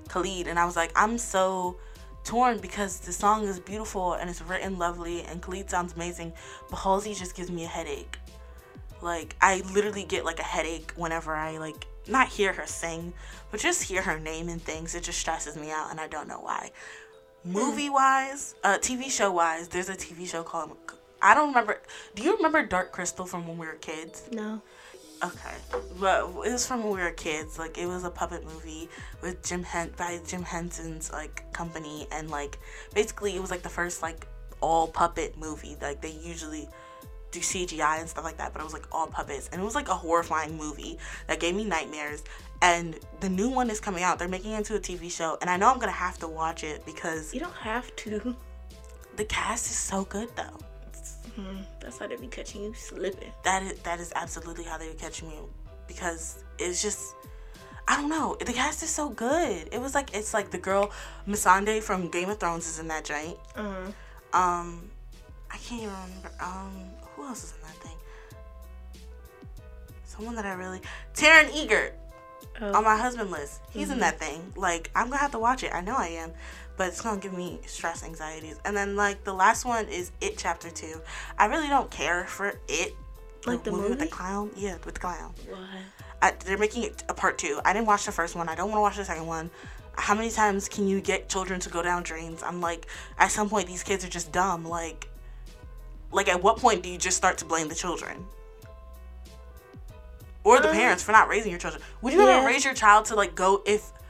Speaker 1: Khalid, and I was like, I'm so torn because the song is beautiful and it's written lovely, and Khalid sounds amazing, but Halsey just gives me a headache. Like I literally get like a headache whenever I like not hear her sing, but just hear her name and things. It just stresses me out, and I don't know why movie wise, uh, TV show wise, there's a TV show called I don't remember. Do you remember Dark Crystal from when we were kids?
Speaker 2: No.
Speaker 1: Okay, but it was from when we were kids. Like it was a puppet movie with Jim Hen by Jim Henson's like company, and like basically it was like the first like all puppet movie. Like they usually do CGI and stuff like that, but it was like all puppets, and it was like a horrifying movie that gave me nightmares. And the new one is coming out. They're making it into a TV show, and I know I'm gonna have to watch it because
Speaker 2: You don't have to.
Speaker 1: the cast is so good though.
Speaker 2: That's how they be catching you slipping.
Speaker 1: That is that is absolutely how they would catch me because it's just I don't know. The cast is so good. It was like it's like the girl Missandei from Game of Thrones is in that joint.
Speaker 2: Mm-hmm.
Speaker 1: Um, I can't even remember. Um, who else is in that thing? Someone that I really Taryn Eager
Speaker 2: Oh.
Speaker 1: on my husband list. He's
Speaker 2: Mm-hmm.
Speaker 1: in that thing. Like I'm gonna have to watch it. I know I am, but it's gonna give me stress anxieties. And then like the last one is It Chapter Two. I really don't care for it.
Speaker 2: Like the
Speaker 1: with the
Speaker 2: movie?
Speaker 1: clown. Yeah, with the clown.
Speaker 2: What?
Speaker 1: I, they're making it a part two. I didn't watch the first one. I don't want to watch the second one. How many times can you get children to go down drains? I'm like, at some point, these kids are just dumb. Like, like at what point do you just start to blame the children or the parents for not raising your children? Would you
Speaker 2: yeah.
Speaker 1: ever raise your child to like go if?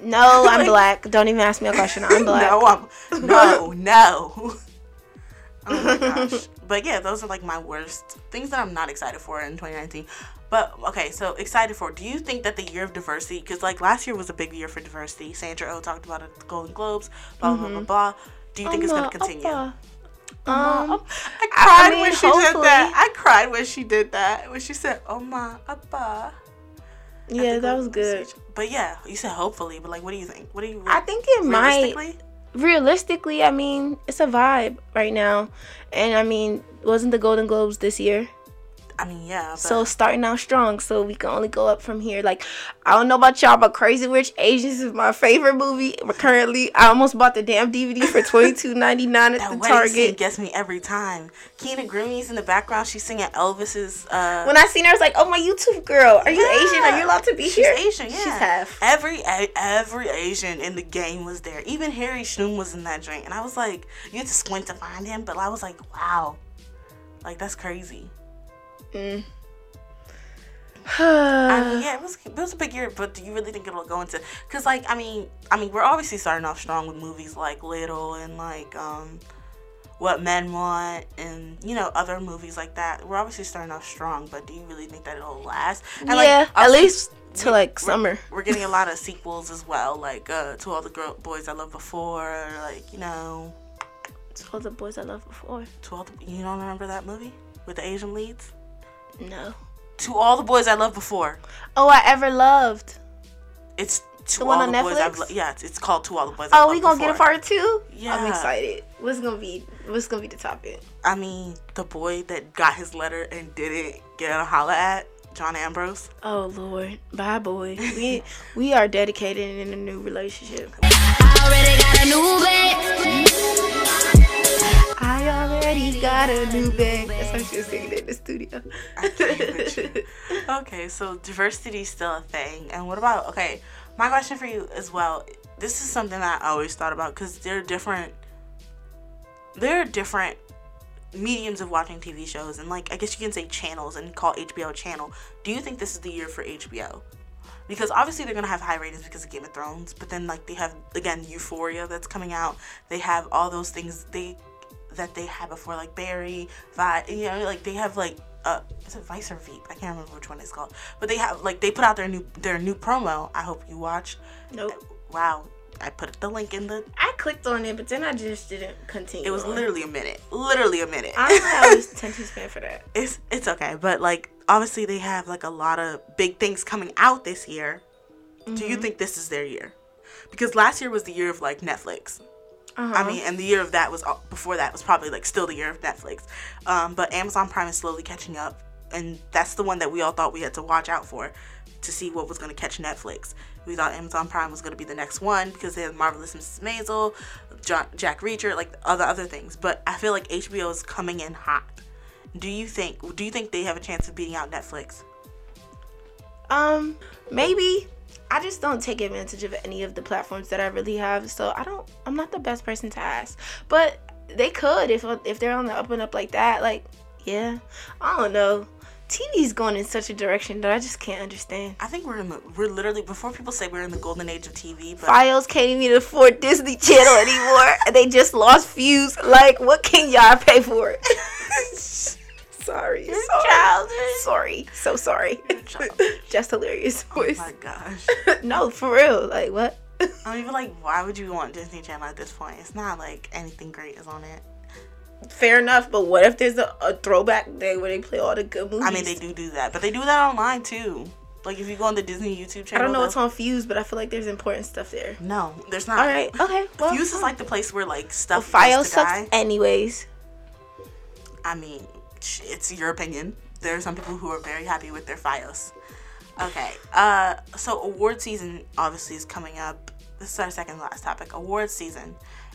Speaker 2: No, I'm
Speaker 1: Like-
Speaker 2: black. Don't even ask me a question. I'm black.
Speaker 1: No, I'm, no, no. oh my gosh. But yeah, those are like my worst things that I'm not excited for in 2019. But okay, so excited for. Do you think that the year of diversity, because like last year was a big year for diversity, Sandra Oh talked about it at the Golden Globes, blah, blah,
Speaker 2: Mm-hmm.
Speaker 1: blah, blah, blah. Do you think it's going to continue?
Speaker 2: Um,
Speaker 1: I cried
Speaker 2: mean,
Speaker 1: when she did
Speaker 2: hopefully.
Speaker 1: that. I cried when she did that. When she said, oh my, abba. I
Speaker 2: yeah,
Speaker 1: think
Speaker 2: that
Speaker 1: it
Speaker 2: was good.
Speaker 1: But yeah, you said hopefully, but like, what do you think? What do you
Speaker 2: I think it might.
Speaker 1: realistically?
Speaker 2: Realistically, I mean, it's a vibe right now, and I mean, wasn't the Golden Globes this year?
Speaker 1: I mean, yeah. But
Speaker 2: So starting out strong, so we can only go up from here. Like, I don't know about y'all, but Crazy Rich Asians is my favorite movie currently. I almost bought the damn DVD for twenty two ninety nine at
Speaker 1: That
Speaker 2: the
Speaker 1: wedding scene
Speaker 2: Target.
Speaker 1: gets me every time. Keena Grimmie's in the background. She's singing Elvis's. Uh,
Speaker 2: When I seen her, I was like, "Oh my YouTube girl, are you Asian? Are you allowed to be
Speaker 1: she's
Speaker 2: here?"
Speaker 1: Asian. Yeah.
Speaker 2: She's half.
Speaker 1: Every a- every Asian in the game was there. Even Harry Shroom was in that drink, and I was like, you had to squint to find him, but I was like, wow, like that's crazy.
Speaker 2: Mm.
Speaker 1: I mean, yeah, it was it was a big year, but do you really think it'll go into? Cause like I mean, I mean, we're obviously starting off strong with movies like Little and like um, What Men Want and you know other movies like that. We're obviously starting off strong, but do you really think that it'll last? And, like,
Speaker 2: yeah, at
Speaker 1: obviously-
Speaker 2: least to like summer.
Speaker 1: we're getting a lot of sequels as well, like uh, to all the girl boys I loved before, like you know,
Speaker 2: It's all the boys I loved before.
Speaker 1: to all the, you don't remember that movie with the Asian leads?
Speaker 2: No.
Speaker 1: To all the boys I loved before.
Speaker 2: Oh, I ever loved.
Speaker 1: It's to
Speaker 2: The
Speaker 1: all
Speaker 2: one
Speaker 1: the
Speaker 2: on
Speaker 1: boys I've
Speaker 2: Netflix?
Speaker 1: loved. Yeah, it's, it's called To All the Boys. I
Speaker 2: Oh,
Speaker 1: Loved
Speaker 2: we gonna get
Speaker 1: Before.
Speaker 2: a part two? I'm
Speaker 1: Yeah.
Speaker 2: excited. What's gonna be? What's gonna be the topic?
Speaker 1: I mean, the boy that got his letter and didn't get a holla at John Ambrose.
Speaker 2: Oh Lord, bye boy. We we are dedicated and in a new relationship. I already got a new bag. That's how she was singing it in the studio.
Speaker 1: Okay, so diversity is still a thing. And what about okay? My question for you as well. This is something that I always thought about because there are different. There are different mediums of watching TV shows, and like I guess you can say channels and call HBO a channel. Do you think this is the year for HBO? Because obviously they're gonna have high ratings because of Game of Thrones, but then like they have again Euphoria that's coming out. They have all those things they that they had before, like Barry, Vi, you know, like they have like uh, is it Vice or Veep? I can't remember which one it's called, but they have like they put out their new their new promo. I hope you watch.
Speaker 2: nope.
Speaker 1: Wow, I put the link in the.
Speaker 2: I clicked on it, but then I just didn't continue.
Speaker 1: It was
Speaker 2: on.
Speaker 1: literally a minute, literally a minute.
Speaker 2: I don't have any attention span for that.
Speaker 1: it's it's okay, but like obviously they have like a lot of big things coming out this year. Do you think this is their year? Because last year was the year of like Netflix. I mean, and the year of that was all- before that was probably like still the year of Netflix. Um, but Amazon Prime is slowly catching up, and that's the one that we all thought we had to watch out for to see what was going to catch Netflix. We thought Amazon Prime was going to be the next one because they had Marvelous Mrs. Maisel, jo- Jack Reacher, like other other things. But I feel like HBO is coming in hot. Do you think? Do you think they have a chance of beating out Netflix?
Speaker 2: Um, maybe. I just don't take advantage of any of the platforms that I really have, so I don't. I'm not the best person to ask, but they could if if they're on the up and up like that. Like, yeah, I don't know. TV's going in such a direction that I just can't understand.
Speaker 1: I think we're in the we're literally before people say we're in the golden age of TV, but
Speaker 2: Files can't even afford Disney Channel anymore. they just lost views. Like, what can y'all pay for? sorry, sorry, sorry, so sorry.
Speaker 1: childish.
Speaker 2: just hilarious
Speaker 1: oh
Speaker 2: voice.
Speaker 1: my gosh.
Speaker 2: no, for real. Like, what?
Speaker 1: I don't even like why would you want Disney Channel at this point? It's not like anything great is on it.
Speaker 2: Fair enough, but what if there's a, a throwback day where they play all the good movies?
Speaker 1: I mean they do do that, but they do that online too. Like if you go on the Disney YouTube
Speaker 2: I
Speaker 1: channel,
Speaker 2: don't know what's
Speaker 1: they'll-
Speaker 2: on Fuse, but I feel like there's important stuff there.
Speaker 1: No, there's not.
Speaker 2: All right, okay. Well,
Speaker 1: Fuse is like the place where like
Speaker 2: the
Speaker 1: stuff
Speaker 2: file
Speaker 1: goes to
Speaker 2: sucks,
Speaker 1: die.
Speaker 2: anyways.
Speaker 1: I mean, sh- it's your opinion. There are some people who are very happy with their FiOS. Okay, uh, so award season obviously is coming up. This is our second last topic. Award season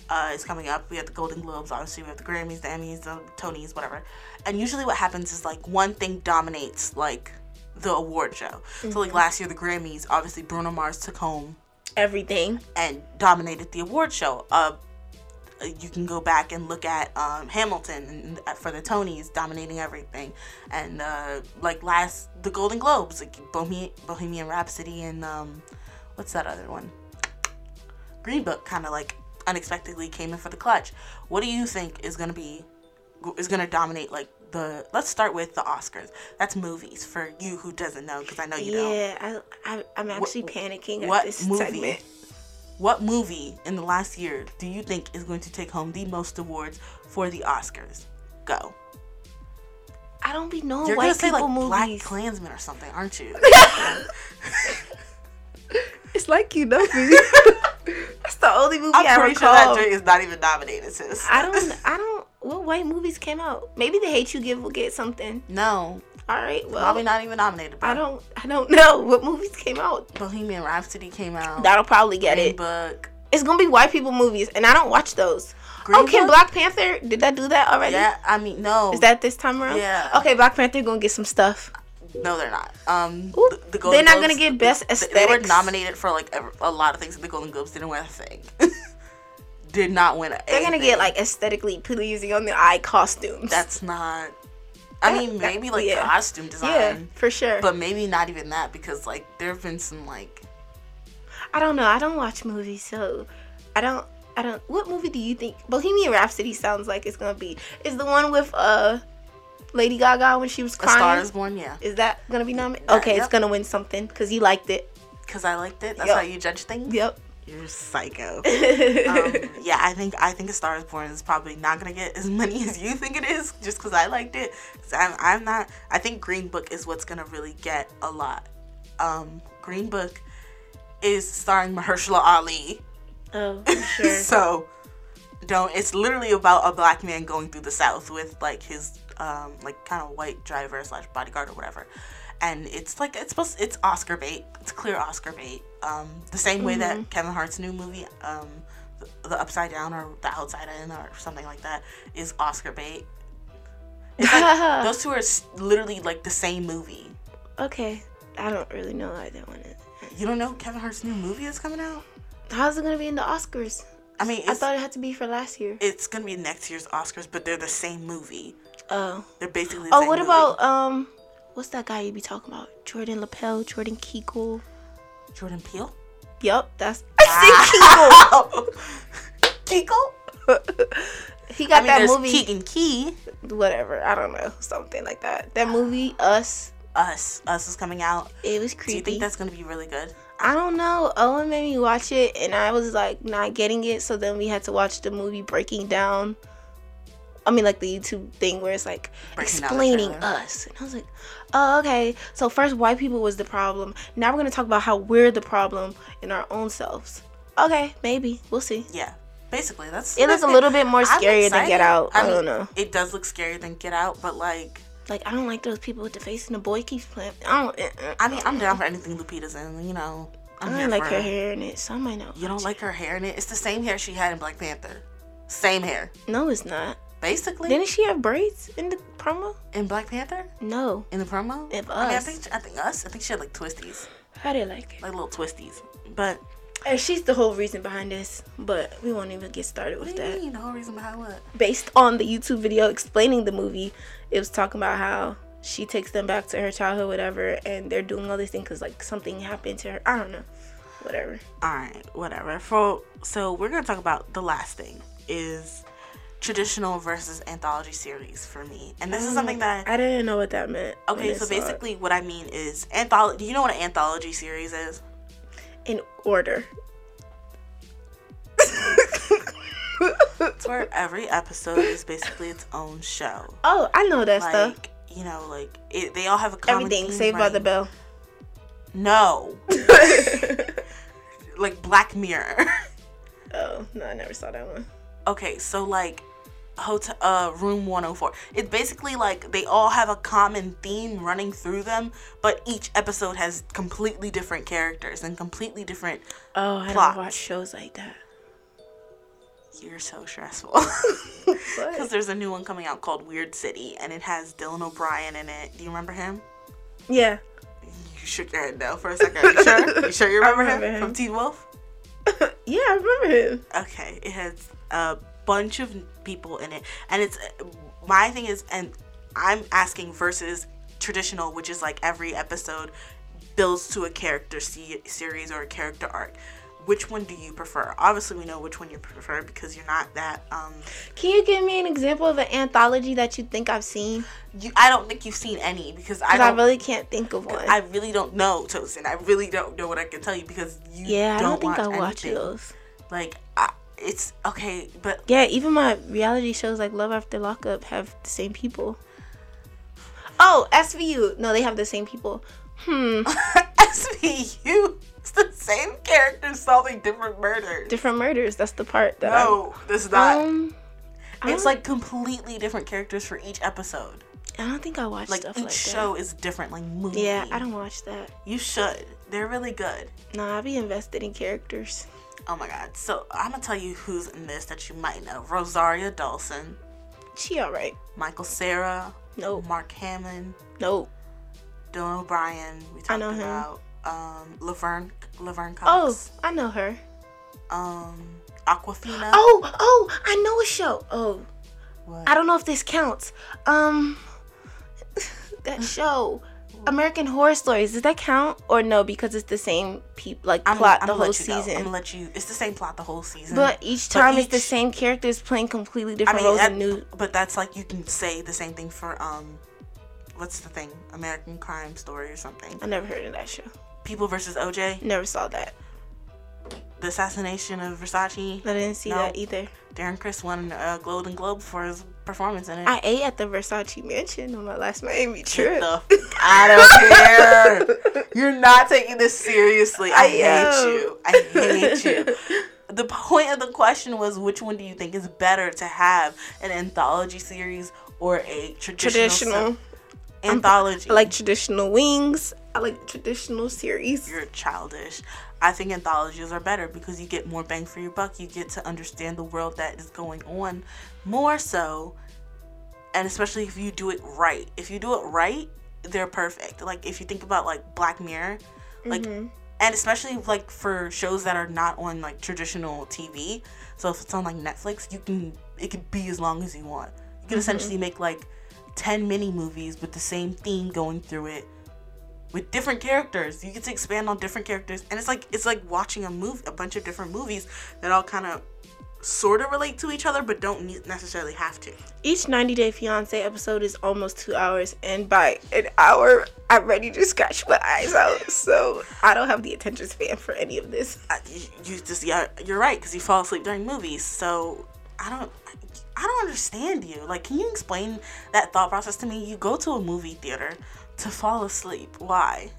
Speaker 1: uh, is coming up. We have the Golden Globes, obviously. We have the Grammys, the Emmys, the Tonys, whatever. And usually, what happens is like one thing dominates like the award show. So like last year, the Grammys, obviously Bruno Mars took home
Speaker 2: Everything.
Speaker 1: and dominated the award show. Uh, you can go back and look at um, Hamilton and uh, for the Tonys dominating everything, and uh, like last the Golden Globes, like Bohemian, Bohemian Rhapsody and um, what's that other one? Green Book kind of like unexpectedly came in for the clutch. What do you think is gonna be is gonna dominate like the? Let's start with the Oscars. That's movies for you who doesn't know because I know you don't.
Speaker 2: Yeah, I, I, I'm actually panicking
Speaker 1: what
Speaker 2: at this
Speaker 1: movie?
Speaker 2: segment.
Speaker 1: What movie in the last year do you think is going to take home the most awards for the Oscars? Go.
Speaker 2: I don't be knowing
Speaker 1: You're gonna
Speaker 2: white
Speaker 1: say
Speaker 2: people
Speaker 1: like Black
Speaker 2: movies.
Speaker 1: Klansman or something, aren't you?
Speaker 2: it's like you know me. That's the only movie
Speaker 1: I'm
Speaker 2: i
Speaker 1: pretty sure that
Speaker 2: recall.
Speaker 1: drink is not even nominated, sis.
Speaker 2: I don't. I don't. What white movies came out? Maybe the Hate You Give will get something.
Speaker 1: No,
Speaker 2: All right. Well,
Speaker 1: probably not even nominated. Bro.
Speaker 2: I don't. I don't know what movies came out.
Speaker 1: Bohemian Rhapsody came out.
Speaker 2: That'll probably get
Speaker 1: Green
Speaker 2: it.
Speaker 1: Book.
Speaker 2: It's gonna be white people movies, and I don't watch those.
Speaker 1: Green
Speaker 2: okay,
Speaker 1: Book?
Speaker 2: Black Panther. Did that do that already?
Speaker 1: Yeah, I mean no.
Speaker 2: Is that this time around?
Speaker 1: Yeah.
Speaker 2: Okay, Black Panther gonna get some stuff.
Speaker 1: No, they're not. Um,
Speaker 2: Ooh,
Speaker 1: the, the
Speaker 2: they're
Speaker 1: Golden
Speaker 2: not gonna
Speaker 1: Globes-
Speaker 2: get best
Speaker 1: th- They were
Speaker 2: aesthetics?
Speaker 1: nominated for like a, a lot of things, and the Golden Globes didn't win a thing. Did not win.
Speaker 2: They're gonna get like aesthetically pleasing on the eye costumes.
Speaker 1: That's not. I
Speaker 2: That-
Speaker 1: mean,
Speaker 2: that-
Speaker 1: maybe like
Speaker 2: yeah.
Speaker 1: costume
Speaker 2: yeah,
Speaker 1: design,
Speaker 2: for sure.
Speaker 1: but maybe not even that because like there have been some like
Speaker 2: I don't know. I don't watch movies, so I don't. I don't. What movie do you think Bohemian Rhapsody sounds like it's gonna be? Is the one with uh Lady Gaga when she was
Speaker 1: A Star
Speaker 2: crying?
Speaker 1: Is Born, yeah,
Speaker 2: Is that gonna be nominated?
Speaker 1: Yeah,
Speaker 2: Okay,
Speaker 1: yep.
Speaker 2: it's gonna win something because you liked it.
Speaker 1: because I liked it. That's
Speaker 2: Yup.
Speaker 1: how you judge things.
Speaker 2: Yep.
Speaker 1: You're psycho. um, yeah, I think I think A Star Is Born is probably not gonna get as many as you think it is, just because I liked it. i I'm, I'm not. I think Green Book is what's gonna really get a lot. Um, Green Book is starring Mahershala Ali,
Speaker 2: Oh, I'm sure.
Speaker 1: so don't. It's literally about a black man going through the South with like his um like kind of white driver slash bodyguard or whatever, and it's like it's supposed it's Oscar bait. It's clear Oscar bait. Um, the same way
Speaker 2: Mm-hmm.
Speaker 1: that Kevin Hart's new movie um the, the Upside Down or the Outside In or something like that is Oscar bait. It's like, those two are s- literally like the same movie.
Speaker 2: okay, I don't really know why that one is.
Speaker 1: You don't know Kevin Hart's new movie is coming out.
Speaker 2: How's it gonna be in the Oscars?
Speaker 1: I mean, it's,
Speaker 2: I thought it had to be for last year.
Speaker 1: it's gonna be next year's Oscars, but they're the same movie.
Speaker 2: Oh.
Speaker 1: They're basically. The
Speaker 2: Oh,
Speaker 1: same
Speaker 2: what
Speaker 1: movie.
Speaker 2: about um, what's that guy you be talking about? Jordan Lapel, Jordan Kegel.
Speaker 1: Jordan Peele?
Speaker 2: Yup, that's. I
Speaker 1: Keiko?
Speaker 2: said Kegel. he got
Speaker 1: I mean,
Speaker 2: that
Speaker 1: there's
Speaker 2: movie.
Speaker 1: Keegan Key.
Speaker 2: Whatever, I don't know, something like that. That movie, Us.
Speaker 1: Us, Us is coming out.
Speaker 2: It was creepy.
Speaker 1: Do you think that's gonna be really good?
Speaker 2: I don't know. Owen made me watch it, and I was like not getting it. So then we had to watch the movie breaking down. I mean, like the YouTube thing where it's like
Speaker 1: Breaking down the
Speaker 2: explaining
Speaker 1: trailer.
Speaker 2: us, and I was like, "Oh, okay." So first, white people was the problem. Now we're gonna talk about how we're the problem in our own selves. Okay, maybe we'll see.
Speaker 1: Yeah, basically that's.
Speaker 2: It looks a
Speaker 1: that's
Speaker 2: little bit more
Speaker 1: I'm
Speaker 2: scarier than
Speaker 1: excited.
Speaker 2: Get Out. I,
Speaker 1: mean,
Speaker 2: don't know.
Speaker 1: It does look scarier than Get Out, but like,
Speaker 2: Like I don't like those people with the face and the boy keeps playing. I don't. uh, uh,
Speaker 1: I mean, I'm down for anything Lupita's in. You know,
Speaker 2: I
Speaker 1: I'm
Speaker 2: don't
Speaker 1: here
Speaker 2: like
Speaker 1: for
Speaker 2: her hair in it, so I might not.
Speaker 1: You don't
Speaker 2: watch
Speaker 1: like her hair in it? It's the same hair she had in Black Panther. Same hair,
Speaker 2: it. No, it's not.
Speaker 1: basically.
Speaker 2: Didn't she have braids in the promo?
Speaker 1: in Black Panther,
Speaker 2: No.
Speaker 1: in the promo.
Speaker 2: If
Speaker 1: I, mean, I
Speaker 2: Us.
Speaker 1: think I think Us. I think she had like twisties,
Speaker 2: How they like it?
Speaker 1: like little twisties, but.
Speaker 2: And she's the whole reason behind this, but we won't even get started with
Speaker 1: What do you
Speaker 2: that.
Speaker 1: mean? The whole reason behind what?
Speaker 2: Based on the YouTube video explaining the movie, it was talking about how she takes them back to her childhood, whatever, and they're doing all these things because like something happened to her. I don't know, whatever.
Speaker 1: All right, whatever. For so we're gonna talk about the last thing is traditional versus anthology series for me, and this is something that I,
Speaker 2: Mm, I didn't know what that meant. when
Speaker 1: okay.
Speaker 2: I
Speaker 1: So
Speaker 2: saw it.
Speaker 1: basically, what I mean is anthology. Do you know what an anthology series is?
Speaker 2: in order.
Speaker 1: It's where every episode is basically its own show.
Speaker 2: Oh, I know that stuff.
Speaker 1: Like you know, like it, they all have a common
Speaker 2: Everything
Speaker 1: theme,
Speaker 2: Saved by the
Speaker 1: right?
Speaker 2: Bell.
Speaker 1: No, like Black Mirror.
Speaker 2: Oh no, I never saw that one.
Speaker 1: okay, so like hotel uh room 104 it's basically like they all have a common theme running through them but each episode has completely different characters and completely different
Speaker 2: Oh, I
Speaker 1: Plot.
Speaker 2: don't watch shows like that.
Speaker 1: you're so stressful because there's a new one coming out called weird city and it has dylan o'brien in it do you remember him
Speaker 2: Yeah.
Speaker 1: you shook your head no for a second you sure you sure you remember,
Speaker 2: remember
Speaker 1: him
Speaker 2: him.
Speaker 1: from teen wolf
Speaker 2: Yeah, I remember him.
Speaker 1: okay it has a bunch of people in it and it's my thing is and i'm asking versus traditional which is like every episode builds to a character se- series or a character arc which one do you prefer obviously we know which one you prefer because you're not that um
Speaker 2: Can you give me an example of an anthology that you think I've seen?
Speaker 1: you i don't think you've seen any because i
Speaker 2: Because I,
Speaker 1: don't
Speaker 2: really can't think of one.
Speaker 1: I really don't know, Tosin. I really don't know what I can tell you because you
Speaker 2: yeah, I
Speaker 1: don't,
Speaker 2: don't think I
Speaker 1: watch
Speaker 2: watch
Speaker 1: anything.
Speaker 2: those.
Speaker 1: Like, I, it's okay, but
Speaker 2: Yeah, even my reality shows like Love After Lockup have the same people. Oh, SVU. No, they have the same people. Hmm,
Speaker 1: SVU. It's the same character solving different murders.
Speaker 2: Different murders. That's the part that
Speaker 1: no, this is
Speaker 2: I.
Speaker 1: not.
Speaker 2: Um, I
Speaker 1: it's
Speaker 2: don't-
Speaker 1: like completely different characters for each episode.
Speaker 2: I don't think I watch
Speaker 1: Like
Speaker 2: stuff
Speaker 1: each
Speaker 2: like
Speaker 1: show is different, like
Speaker 2: that.
Speaker 1: movie.
Speaker 2: Yeah, I don't watch that.
Speaker 1: You should. They're really good.
Speaker 2: Nah, I be invested in characters.
Speaker 1: Oh my god. So I'm gonna tell you who's in this that you might know: Rosaria Dawson,
Speaker 2: She alright.
Speaker 1: Michael Sarah,
Speaker 2: Nope.
Speaker 1: Mark Hammond,
Speaker 2: Nope.
Speaker 1: Dylan O'Brien. We talked
Speaker 2: I know him.
Speaker 1: about um, Laverne, Laverne
Speaker 2: Oh,
Speaker 1: Cox,
Speaker 2: I know her.
Speaker 1: um, Aquafina.
Speaker 2: Oh, oh, I know a show. Oh,
Speaker 1: What?
Speaker 2: I don't know if this counts. Um, that show, American Horror Stories, does that count or no? Because it's the same people, like plot the whole
Speaker 1: I'm
Speaker 2: season.
Speaker 1: gonna let you. It's the same plot the whole season.
Speaker 2: But each time it's the
Speaker 1: each-
Speaker 2: same characters playing completely
Speaker 1: I
Speaker 2: different
Speaker 1: mean,
Speaker 2: roles
Speaker 1: that-
Speaker 2: and new.
Speaker 1: but that's like you can say the same thing for um, what's the thing? American Crime Story or something.
Speaker 2: I never heard of that show.
Speaker 1: People versus OJ.
Speaker 2: Never saw that.
Speaker 1: the assassination of Versace.
Speaker 2: I didn't see
Speaker 1: No.
Speaker 2: that either.
Speaker 1: Darren Chris won a Golden Globe for his performance in it.
Speaker 2: I ate at the Versace mansion on my last Miami trip.
Speaker 1: the f- I don't care. You're not taking this seriously. I,
Speaker 2: I
Speaker 1: hate
Speaker 2: am.
Speaker 1: you. I hate you. The point of the question was which one do you think is better to have an anthology series or a traditional,
Speaker 2: traditional,
Speaker 1: se- anthology?
Speaker 2: I like traditional wings. I like traditional series.
Speaker 1: you're childish. I think anthologies are better because you get more bang for your buck. You get to understand the world that is going on more so, and especially if you do it right. If you do it right, they're perfect. Like if you think about like Black Mirror, like and especially like for shows that are not on like traditional TV. So if it's on like Netflix, you can it can be as long as you want. You can essentially make like 10 mini movies with the same theme going through it with different characters. You get to expand on different characters, and it's like it's like watching a movie, a bunch of different movies that all kind of sort of relate to each other, but don't ne- necessarily have to.
Speaker 2: Each 90 Day Fiance episode is almost two hours, and by an hour, I'm ready to scratch my eyes out. So I don't have the attention span for any of this.
Speaker 1: I, Uh, you- you just yeah, you're right because you fall asleep during movies. So I don't. I don't understand you. Like, can you explain that thought process to me? You go to a movie theater to fall asleep. Why?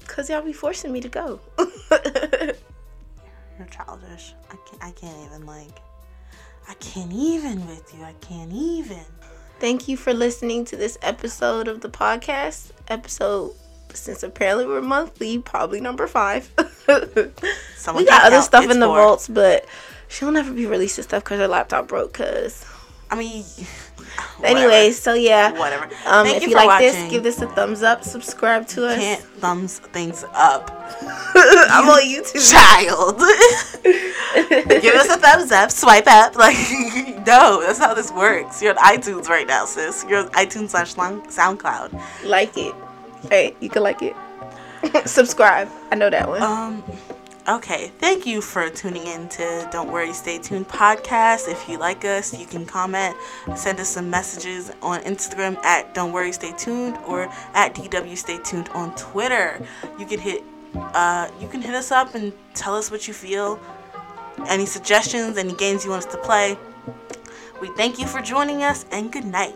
Speaker 2: Because y'all be forcing me to go.
Speaker 1: You're childish. I can't. I can't even like. I can't even with you. I can't even.
Speaker 2: Thank you for listening to this episode of the podcast. Episode, since apparently we're monthly, probably number five.
Speaker 1: Someone
Speaker 2: we got
Speaker 1: check
Speaker 2: other
Speaker 1: out
Speaker 2: stuff
Speaker 1: It's
Speaker 2: in the
Speaker 1: For-
Speaker 2: vaults, but she'll never be releasing stuff because her laptop broke. Because,
Speaker 1: I mean. whatever.
Speaker 2: anyways, so yeah.
Speaker 1: whatever.
Speaker 2: Um,
Speaker 1: Thank
Speaker 2: if
Speaker 1: you
Speaker 2: you,
Speaker 1: for
Speaker 2: like
Speaker 1: watching.
Speaker 2: this, give this a thumbs up. Subscribe to us.
Speaker 1: Can't thumbs things up,
Speaker 2: I'm on YouTube.
Speaker 1: child. Give us a thumbs up, swipe up. Like, no, that's not how this works. You're on iTunes right now, sis. You're on iTunes slash Lon- SoundCloud.
Speaker 2: Like it. Hey, you can like it. Subscribe. I know that one.
Speaker 1: Um, okay. Thank you for tuning in to Don't Worry, Stay Tuned podcast. If you like us, you can comment, send us some messages on Instagram at Don't Worry, Stay Tuned or at DW Stay Tuned on Twitter. You can hit, uh, you can hit us up and tell us what you feel, any suggestions, any games you want us to play. We thank you for joining us and good night.